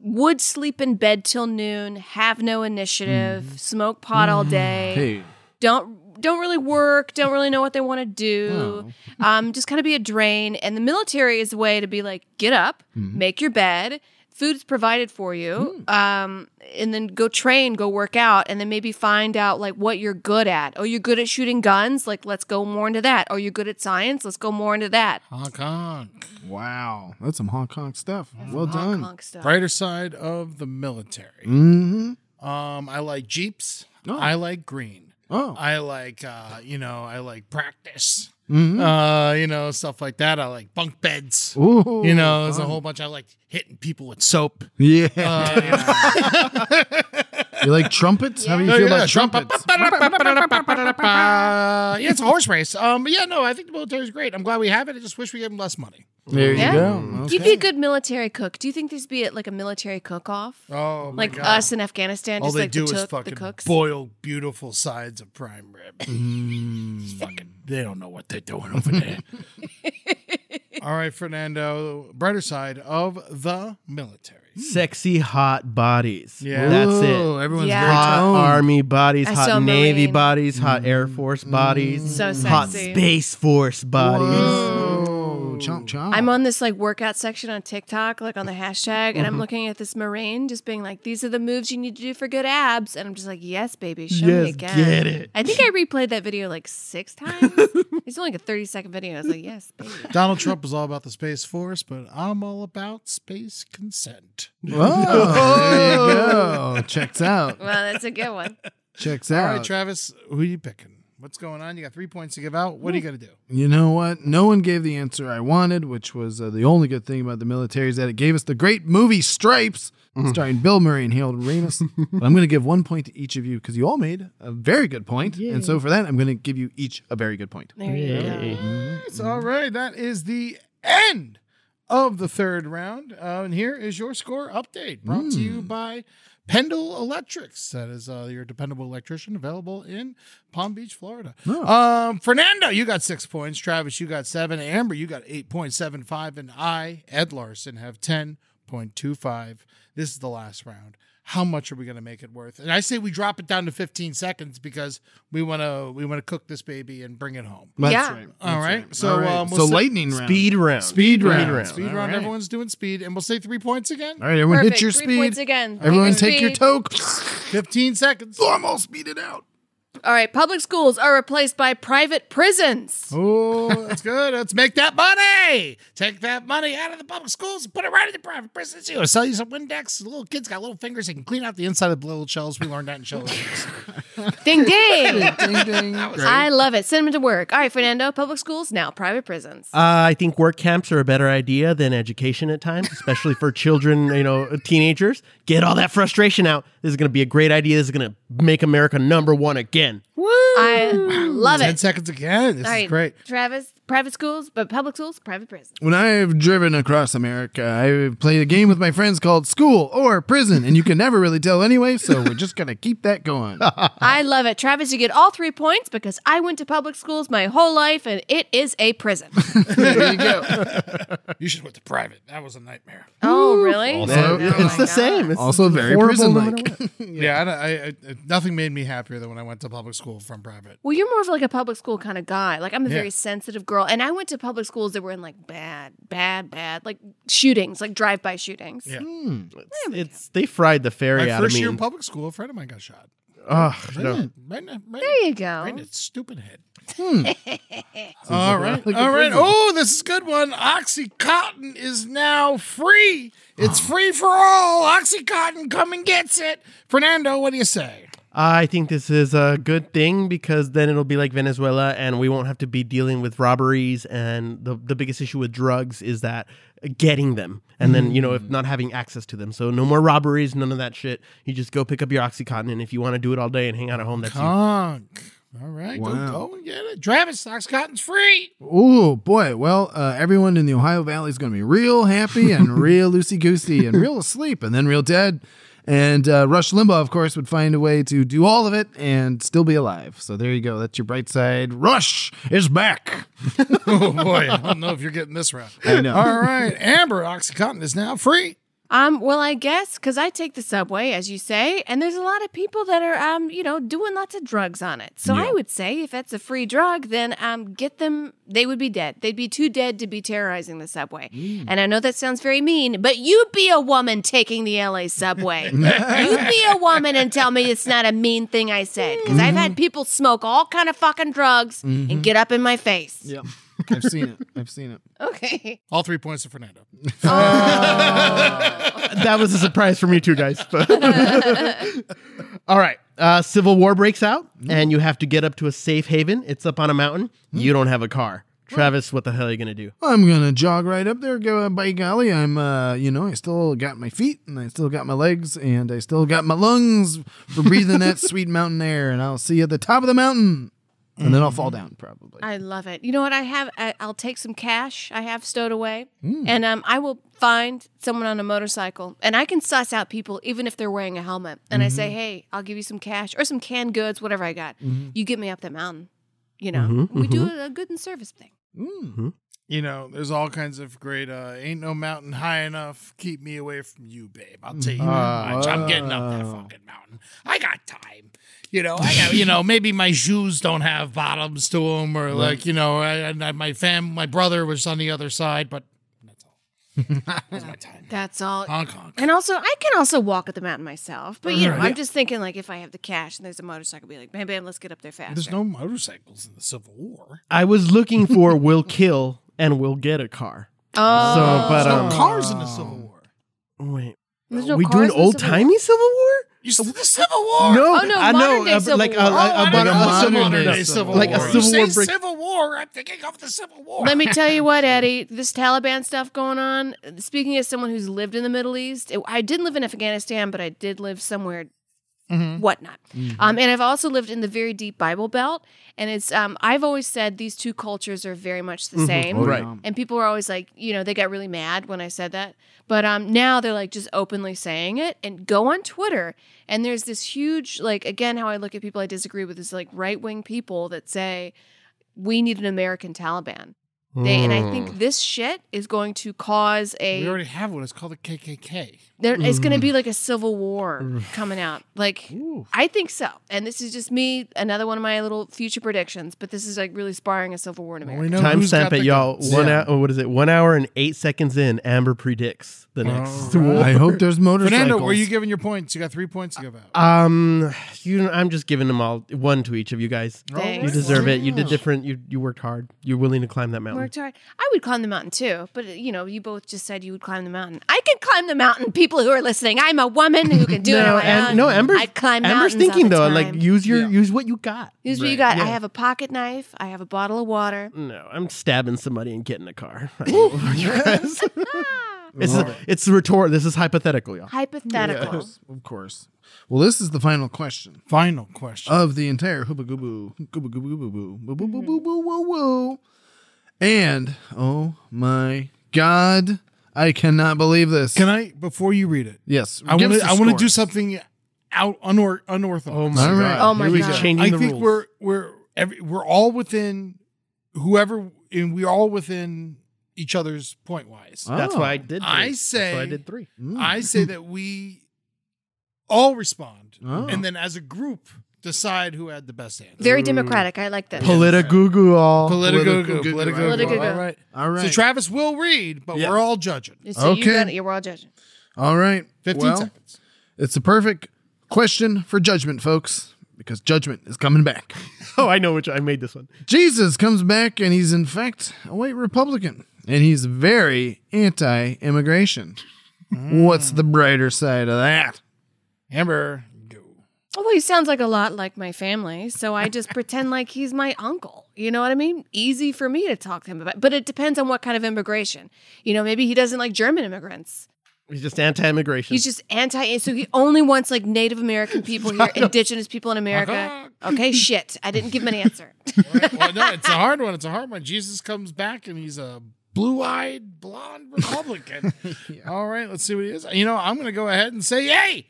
would sleep in bed till noon, have no initiative, smoke pot all day, Hey. don't don't really work, don't really know what they want to do, um, just kind of be a drain. And the military is a way to be like, get up, make your bed. Food's provided for you, um, and then go train, go work out, and then maybe find out like what you're good at. Oh, you're good at shooting guns, like let's go more into that. Oh, you're good at science, let's go more into that. Honk honk. Wow. That's some Hong Kong stuff. well Hong done. Kong stuff. Brighter side of the military. Mm-hmm. Um, I like jeeps. Oh. I like green. Oh. I like uh, you know, I like practice. Mhm. Uh, you know, stuff like that. I like bunk beds. Ooh. you know, there's a whole bunch. I like hitting people with soap. Yeah. Uh, you know. you like trumpets? How do you Oh, feel yeah, about Trump- trumpets? yeah, it's a horse race. Um, but yeah, no, I think the military is great. I'm glad we have it. I just wish we gave them less money. There you Yeah. go. You'd be a good military cook. Do you think there's be a, like a military cook-off, Oh, my like God. us in Afghanistan? All just they like do the, is took- the fucking cooks. boil beautiful sides of prime rib. Mm. It's fucking, they don't know what they're doing over there. All right, Fernando, brighter side of the military. Sexy hot bodies. Yeah. That's it. Ooh, Everyone's Yeah. very hot toned. army bodies, I saw hot navy Marine. Mm. bodies, hot air force bodies, So hot sexy. space force bodies. Whoa. Oh, chomp chomp. I'm on this like workout section on TikTok, like on the hashtag, and Mm-hmm. I'm looking at this moraine just being like, these are the moves you need to do for good abs. And I'm just like, yes, baby, show me Yes, again. get it. I think I replayed that video like six times. it's only like a 30 second video. I was like, yes, baby. Donald Trump was all about the Space Force, but I'm all about space consent. Whoa, there you go. Checks out. Well, that's a good one. Checks All out. right, Travis, who you picking? What's going on? You got three points to give out. What are you going to do? You know what? No one gave the answer I wanted, which was uh, the only good thing about the military is that it gave us the great movie Stripes, starring Bill Murray and Harold Ramis. but I'm going to give one point to each of you because you all made a very good point, and so for that, I'm going to give you each a very good point. There you go. It's all right. That is the end of the third round. Uh, and here is your score update brought to you by Pendle Electrics. That is uh, your dependable electrician available in Palm Beach, Florida. Um, Fernando, you got six points. Travis, you got seven. Amber, you got 8.75. And I, Ed Larson, have 10.25. This is the last round. How much are we going to make it worth? And I say we drop it down to 15 seconds because we want to we want to cook this baby and bring it home. That's Yeah. right. All right. So, All right. um, we'll so sit- lightning round. Speed round. Speed round. round. Speed All round. right. Everyone's doing speed. And we'll say three points again. All right, everyone Perfect. hit your Three speed. points again. Everyone Take your take your speed. toe. 15 seconds. I'm all speeded out. All right, public schools are replaced by private prisons. Oh, that's good. Let's make that money. Take that money out of the public schools and put it right in the private prisons. You know, sell you some Windex. The little kids got little fingers. They can clean out the inside of the little shells. We learned that in shells. Ding ding. Ding ding. I love it. Send them to work. All right, Fernando, public schools now private prisons. Uh, I think work camps are a better idea than education at times, especially for children, you know, teenagers. Get all that frustration out. This is going to be a great idea. This is going to make America number one again. Oh I love 10 it. seconds again. This All is right, great. Travis, private schools, but public schools, private prisons. When I've driven across America, I've played a game with my friends called school or prison, and you can never really tell anyway, so we're just going to keep that going. I love it. Travis, you get all three points because I went to public schools my whole life and it is a prison. there you go. You should have went to private. That was a nightmare. oh, really? Oh, my it's the God. same. It's Also very horrible prison no matter like. what. Yeah, I don't- I, I, nothing made me happier than when I went to public school from private. Well, you're more of like a public school kind of guy. Like I'm a Yeah. very sensitive girl, and I went to public schools that were in like bad, bad, bad, like shootings, like drive-by shootings. Yeah. It's, it's- they fried the fairy My out first of me. year in public school, a friend of mine got shot. Ugh, Right in- right in- right in- There you go. Right in its stupid head. All right. like a All right. prison. Oh, this is a good one. Oxycontin is now free. It's free for all. Oxycontin, come and gets it. Fernando, what do you say? I think this is a good thing because then it'll be like Venezuela and we won't have to be dealing with robberies. And the, the biggest issue with drugs is that getting them and then, you know, if not having access to them. So no more robberies, none of that shit. You just go pick up your Oxycontin. And if you want to do it all day and hang out at home, that's you. Conk. All right. Go, Wow. go and get it. Travis, Oxycontin's free. Oh boy! Well, uh, everyone in the Ohio Valley is going to be real happy and real loosey goosey and real asleep and then real dead. And uh, Rush Limbaugh, of course, would find a way to do all of it and still be alive. So there you go. That's your bright side. Rush is back. oh, boy. I don't know if you're getting this round. I know. All right. Amber, Oxycontin is now free. Um, well, I guess because I take the subway, as you say, and there's a lot of people that are, um, you know, doing lots of drugs on it. So I would say if that's a free drug, then um, get them. They would be dead. They'd be too dead to be terrorizing the subway. And I know that sounds very mean, but you be a woman taking the LA subway. you be a woman and tell me it's not a mean thing I said because I've had people smoke all kind of fucking drugs and get up in my face. Yep. I've seen it. I've seen it. Okay. All three points to Fernando. that was a surprise for me too, guys. But all right, uh, civil war breaks out, and you have to get up to a safe haven. It's up on a mountain. You don't have a car, Travis. What the hell are you gonna do? I'm gonna jog right up there. Go uh, by golly, I'm uh, you know, I still got my feet and I still got my legs and I still got my lungs for breathing that sweet mountain air. And I'll see you at the top of the mountain, and then I'll fall down probably. I love it. You know what? I have. I, I'll take some cash. I have stowed away, Mm. and um, I will find someone on a motorcycle, and I can suss out people even if they're wearing a helmet. And I Mm-hmm. say, "Hey, I'll give you some cash or some canned goods, whatever Mm-hmm. I got. You get me up that mountain. You know, we do a, a good and service thing. you know, there's all kinds of great. Uh, Ain't no mountain high enough. Keep me away from you, babe. I'll tell you Mm-hmm. that much. I'm getting up that fucking mountain. I got time. You know, I got, you know, maybe my shoes don't have bottoms to them, or like, you know, I, and I- my fam, my brother was on the other side, but that's all. That's my time. That's all. Uh, Honk honk. And also, I can also walk up the mountain myself. But you know, Right. I'm just thinking like if I have the cash and there's a motorcycle, I'd be like, bam, bam, let's get up there fast. There's no motorcycles in the Civil War. I was looking for will kill and will get a car. oh, so, but There's um, no cars in the Civil War. wait, there's no we cars in doing the old Civil War? timey Civil War? You said the Civil War. No, Oh, no, I know, modern-day uh, Civil like War. uh, Oh, like, I about don't a know modern about modern day Civil day Civil War. War. Like a you Civil say War break- Civil War. I'm thinking of the Civil War. Let me tell you what, Eddie, this Taliban stuff going on. Speaking as someone who's lived in the Middle East, it- I didn't live in Afghanistan, but I did live somewhere whatnot. Um, and I've also lived in the very deep Bible Belt. And it's, um, I've always said these two cultures are very much the same. Right. And people were always like, you know, they got really mad when I said that. But um, now they're like just openly saying it and go on Twitter. And there's this huge, like, again, how I look at people I disagree with is like right wing people that say, we need an American Taliban. They, And Hmm. I think this shit is going to cause a. We already have one. It's called the KKK. There, it's going to Mm. be like a civil war coming out. Like, I think so. And this is just me, another one of my little future predictions, but this is like really sparring a civil war in America. we know who's got Timestamp the it, y'all. guns. One Yeah. hour. What is it? One hour and eight seconds in. Amber predicts the Oh, next war. I hope there's motorcycles. Fernando, where are you giving your points? You got three points to give out. Um, you. know, I'm just giving them all one to each of you guys. Oh, Thanks. You deserve it. You did different. You you worked hard. You're willing to climb that mountain. Worked hard. I would climb the mountain too, but uh, you know, you both just said you would climb the mountain. I can climb the mountain. People who are listening, I'm a woman who can do it. no, on my Am- own. no, Amber's, I climb mountains Amber's all thinking the though, like time. use your Yeah. use what you got. Here's what you got. I yeah. Mm. have a pocket knife. I have a bottle of water. No, I'm stabbing somebody and getting a car. I don't know about you guys. it's it's rhetor. This is hypothetical, y'all. Hypothetical. Of course. Well, this is the final question Final question. of the entire hooba gooba gooba gooba gooba boo boo boo boo boo boo woo woo. And oh my god, I cannot believe this. Can I, before you read it, Yes, I give want us to. the I want to do scores. something out unor- unorthodox. Oh my All right. god! Oh my Here we God. go. Changing I the think rules. we're we're every, we're all within whoever, and we're all within each other's point wise. That's Oh. why I did. Three. I That's why I say- did three. Mm. I say that we all respond, Oh. and then as a group decide who had the best answer. Mm. Very democratic. I like this. Politigoo all. Political, Political- political, Political- All right. All right. So Travis will read, but Yeah. we're all judging. so you Okay. got it. You're all judging. All right. 15 well, seconds. It's a perfect question for judgment, folks, because judgment is coming back. Oh, I know which I made this one. Jesus comes back and he's in fact a white Republican and he's very anti-immigration. Mm. What's the brighter side of that? Amber, go. Oh, well, he sounds like a lot like my family, so I just pretend like he's my uncle. You know what I mean? Easy for me to talk to him about, but it depends on what kind of immigration. You know, maybe he doesn't like German immigrants. He's just anti-immigration. He's just anti, so he only wants like Native American people here, indigenous people in America. Okay, shit, I didn't give him an answer. well, no, it's a hard one. It's a hard one. Jesus comes back and he's a blue-eyed blonde Republican. All right, let's see what he is. You know, I'm going to go ahead and say, hey,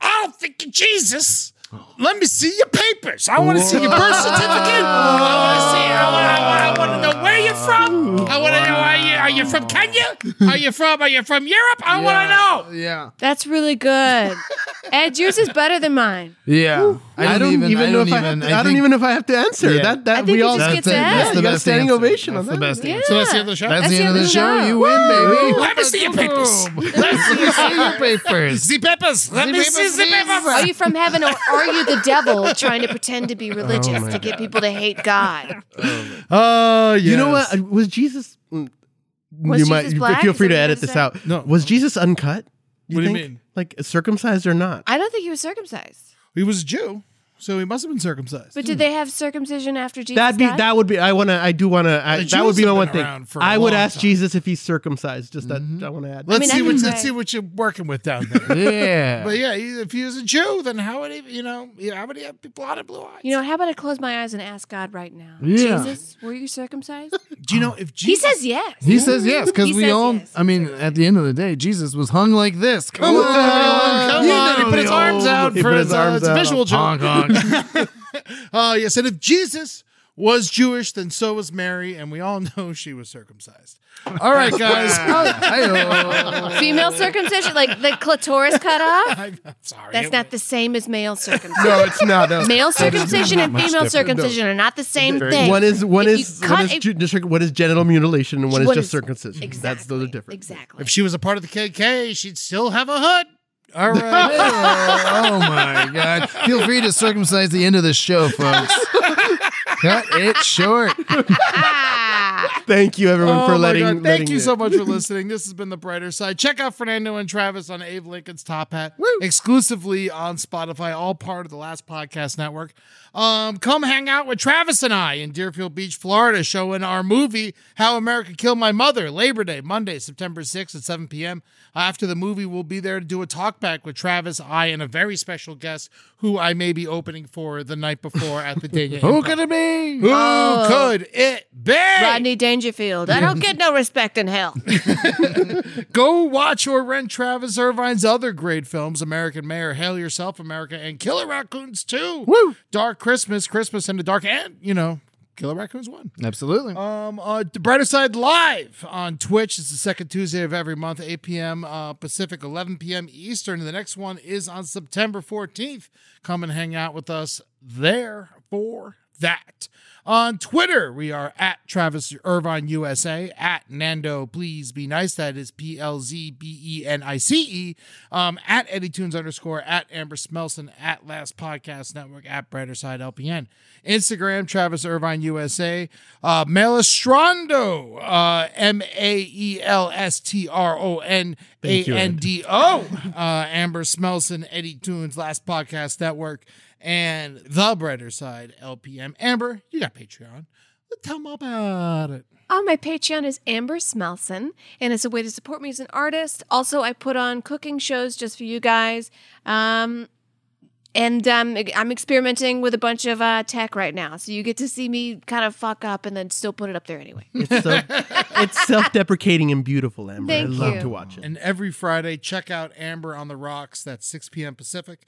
I don't think you Jesus. Let me see your papers. I want to see your birth certificate. I want to see. I want to know where you're from. I want to know are you are you from Kenya? Are you from Are you from Europe? I want to know. Yeah. That's really good. Ed, yours is better than mine. Yeah. I don't even, know if I, have to, I, don't think even know if I have to answer. Yeah. That that I think we you all just that's get to it. ask. That's You the got a best standing answer. ovation on That's the that. best Yeah. answer. So that's the end of the show. That's the end of the show. You win, baby. Let me see your papers. Let me see your papers. The papers. Let me see the papers. Are you from heaven or are you the devil trying to pretend to be Oh religious to get people to hate God? Oh, yeah. You know what? Was Jesus? mm, Was you Jesus might black? feel Is free that to what edit you this said? out. No. was Jesus uncut? What do you think? mean? Like circumcised or not? I don't think he was circumcised. He was a Jew, so he must have been circumcised. But did they have circumcision after Jesus? That'd be died? that would be. I wanna. I do wanna. I, The that would Jews be have my one been thing. around for a I would long ask time. Jesus if he's circumcised. Just that I want to add. Let's mean, I see can what say- let's see what you're working with down there. Yeah. but yeah, he- if he was a Jew, then how would he? You know, yeah, how would he have blotted blue eyes? You know, how about I close my eyes and ask God right now? Yeah. Jesus, were you circumcised? do you know if he Jesus? says yes. He says yes because He we says all. yes. I mean, at the end of the day, Jesus was hung like this. Come on, everyone, Oh, Come Oh, you on, know he put his the arms old- out he for put his, his uh, arms it's a out. visual joke. Honk, honk. Oh yes, and if Jesus was Jewish, then so was Mary, and we all know she was circumcised. All right, guys. Female circumcision, like the clitoris cut off. I'm sorry. That's not the same as male circumcision. No, it's not. No. Male circumcision and much female different. circumcision are not the same thing. One is one If you is cut one is, a- ju- just- what is genital mutilation and one is What just is- circumcision. That's those are different. Exactly. If she was a part of the KK, she'd still have a hood. All right. oh my god! Feel free to circumcise the end of the show, folks. Cut it short. Thank you everyone Oh for my letting. God. Thank letting you it- so much for listening. This has been The Brighter Side. Check out Fernando and Travis on Abe Lincoln's Top Hat exclusively on Spotify, all part of the Last Podcast Network. Um, come hang out with Travis and I in Deerfield Beach, Florida, showing our movie, How America Killed My Mother, Labor Day, Monday, September 6th at 7 p.m. After the movie, we'll be there to do a talk back with Travis, I, and a very special guest who I may be opening for the night before at the Dania. Oh. Who Improv. could it be? Who could it be? Rodney Dangerfield. I don't get no respect in hell. Go watch or rent Travis Irvine's other great films American Mayor, Hail Yourself America, and Killer Raccoons 2. Woo! Dark Christmas, Christmas in the Dark, and, you know, Killer Raccoons 1. Absolutely. Um, uh, the Brighter Side Live on Twitch. It's the second Tuesday of every month, 8 p.m. Uh, Pacific, 11 p.m. Eastern. The next one is on September 14th. Come and hang out with us there for that. On Twitter, we are at Travis Irvine USA, at Nando Please Be Nice. That is P L Z B E N I C E. Um, at Eddie Tunes underscore, at Amber Smelson, at Last Podcast Network, at Brighter Side LPN. Instagram, Travis Irvine USA. Uh, Melistrando, uh, M A E L S T R O N A Thank you, N Ed. D O. Uh, Amber Smelson, Eddie Tunes, Last Podcast Network, and The Brighter Side LPM. Amber, you got Patreon. Tell them about it. Oh, my Patreon is Amber Smelson, and it's a way to support me as an artist. Also, I put on cooking shows just for you guys. Um, and um, I'm experimenting with a bunch of uh, tech right now. So you get to see me kind of fuck up and then still put it up there anyway. It's, so, it's self-deprecating and beautiful, Amber. Thank I love you. to watch it. And every Friday, check out Amber on the Rocks. That's 6 p.m. Pacific.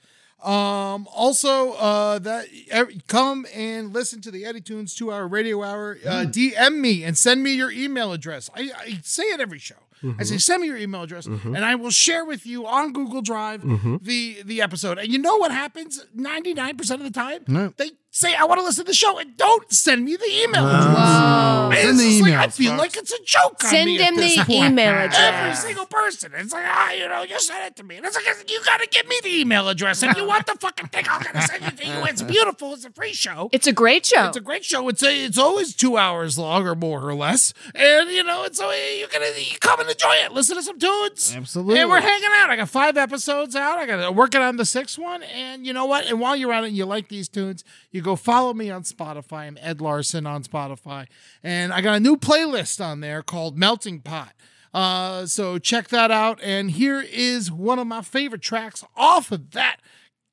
Um, also, uh, that ev- come and listen to the Eddie Tunes two hour radio hour. Uh, Hmm. DM me and send me your email address. I, I say it every show. I Mm-hmm. say, send me your email address, and I will share with you on Google Drive Mm-hmm. the the episode. And you know what happens? Ninety nine percent of the time, they say, "I want to listen to the show," and don't send me the email. Whoa. address. Send the It's just like, I emails, feel folks. like it's a joke. on Send me at him this the point. email Every address. single person. It's like, ah, you know, you sent it to me. And it's like, you got to give me the email address. If you want the fucking thing, I'm going to send it to you. It's beautiful. It's a free show. It's a great show. It's a great show. It's a, it's always two hours long or more or less. And, you know, it's so you can you come and enjoy it. Listen to some tunes. Absolutely. And we're hanging out. I got five episodes out. I got uh, working on the sixth one. And you know what? And while you're at it and you like these tunes, you go follow me on Spotify. I'm Ed Larson on Spotify. And I got a new playlist on there called Melting Pot. Uh, so check that out. And here is one of my favorite tracks off of that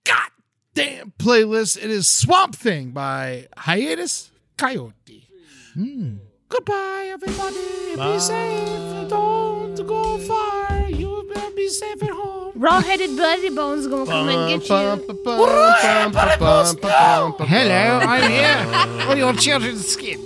goddamn playlist. It is Swamp Thing by Hiatus Coyote. Goodbye, everybody. Be safe. Don't go far. You better be safe at home. Raw-headed bloody bones gonna come and get you. Hello, I'm here. For your children's skin.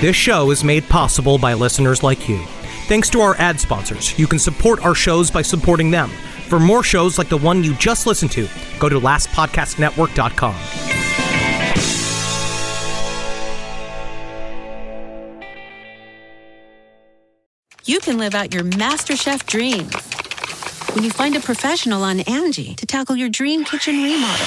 This show is made possible by listeners like you. Thanks to our ad sponsors, you can support our shows by supporting them. For more shows like the one you just listened to, go to lastpodcastnetwork.com. you can live out your MasterChef dreams When you find a professional on Angie to tackle your dream kitchen remodel,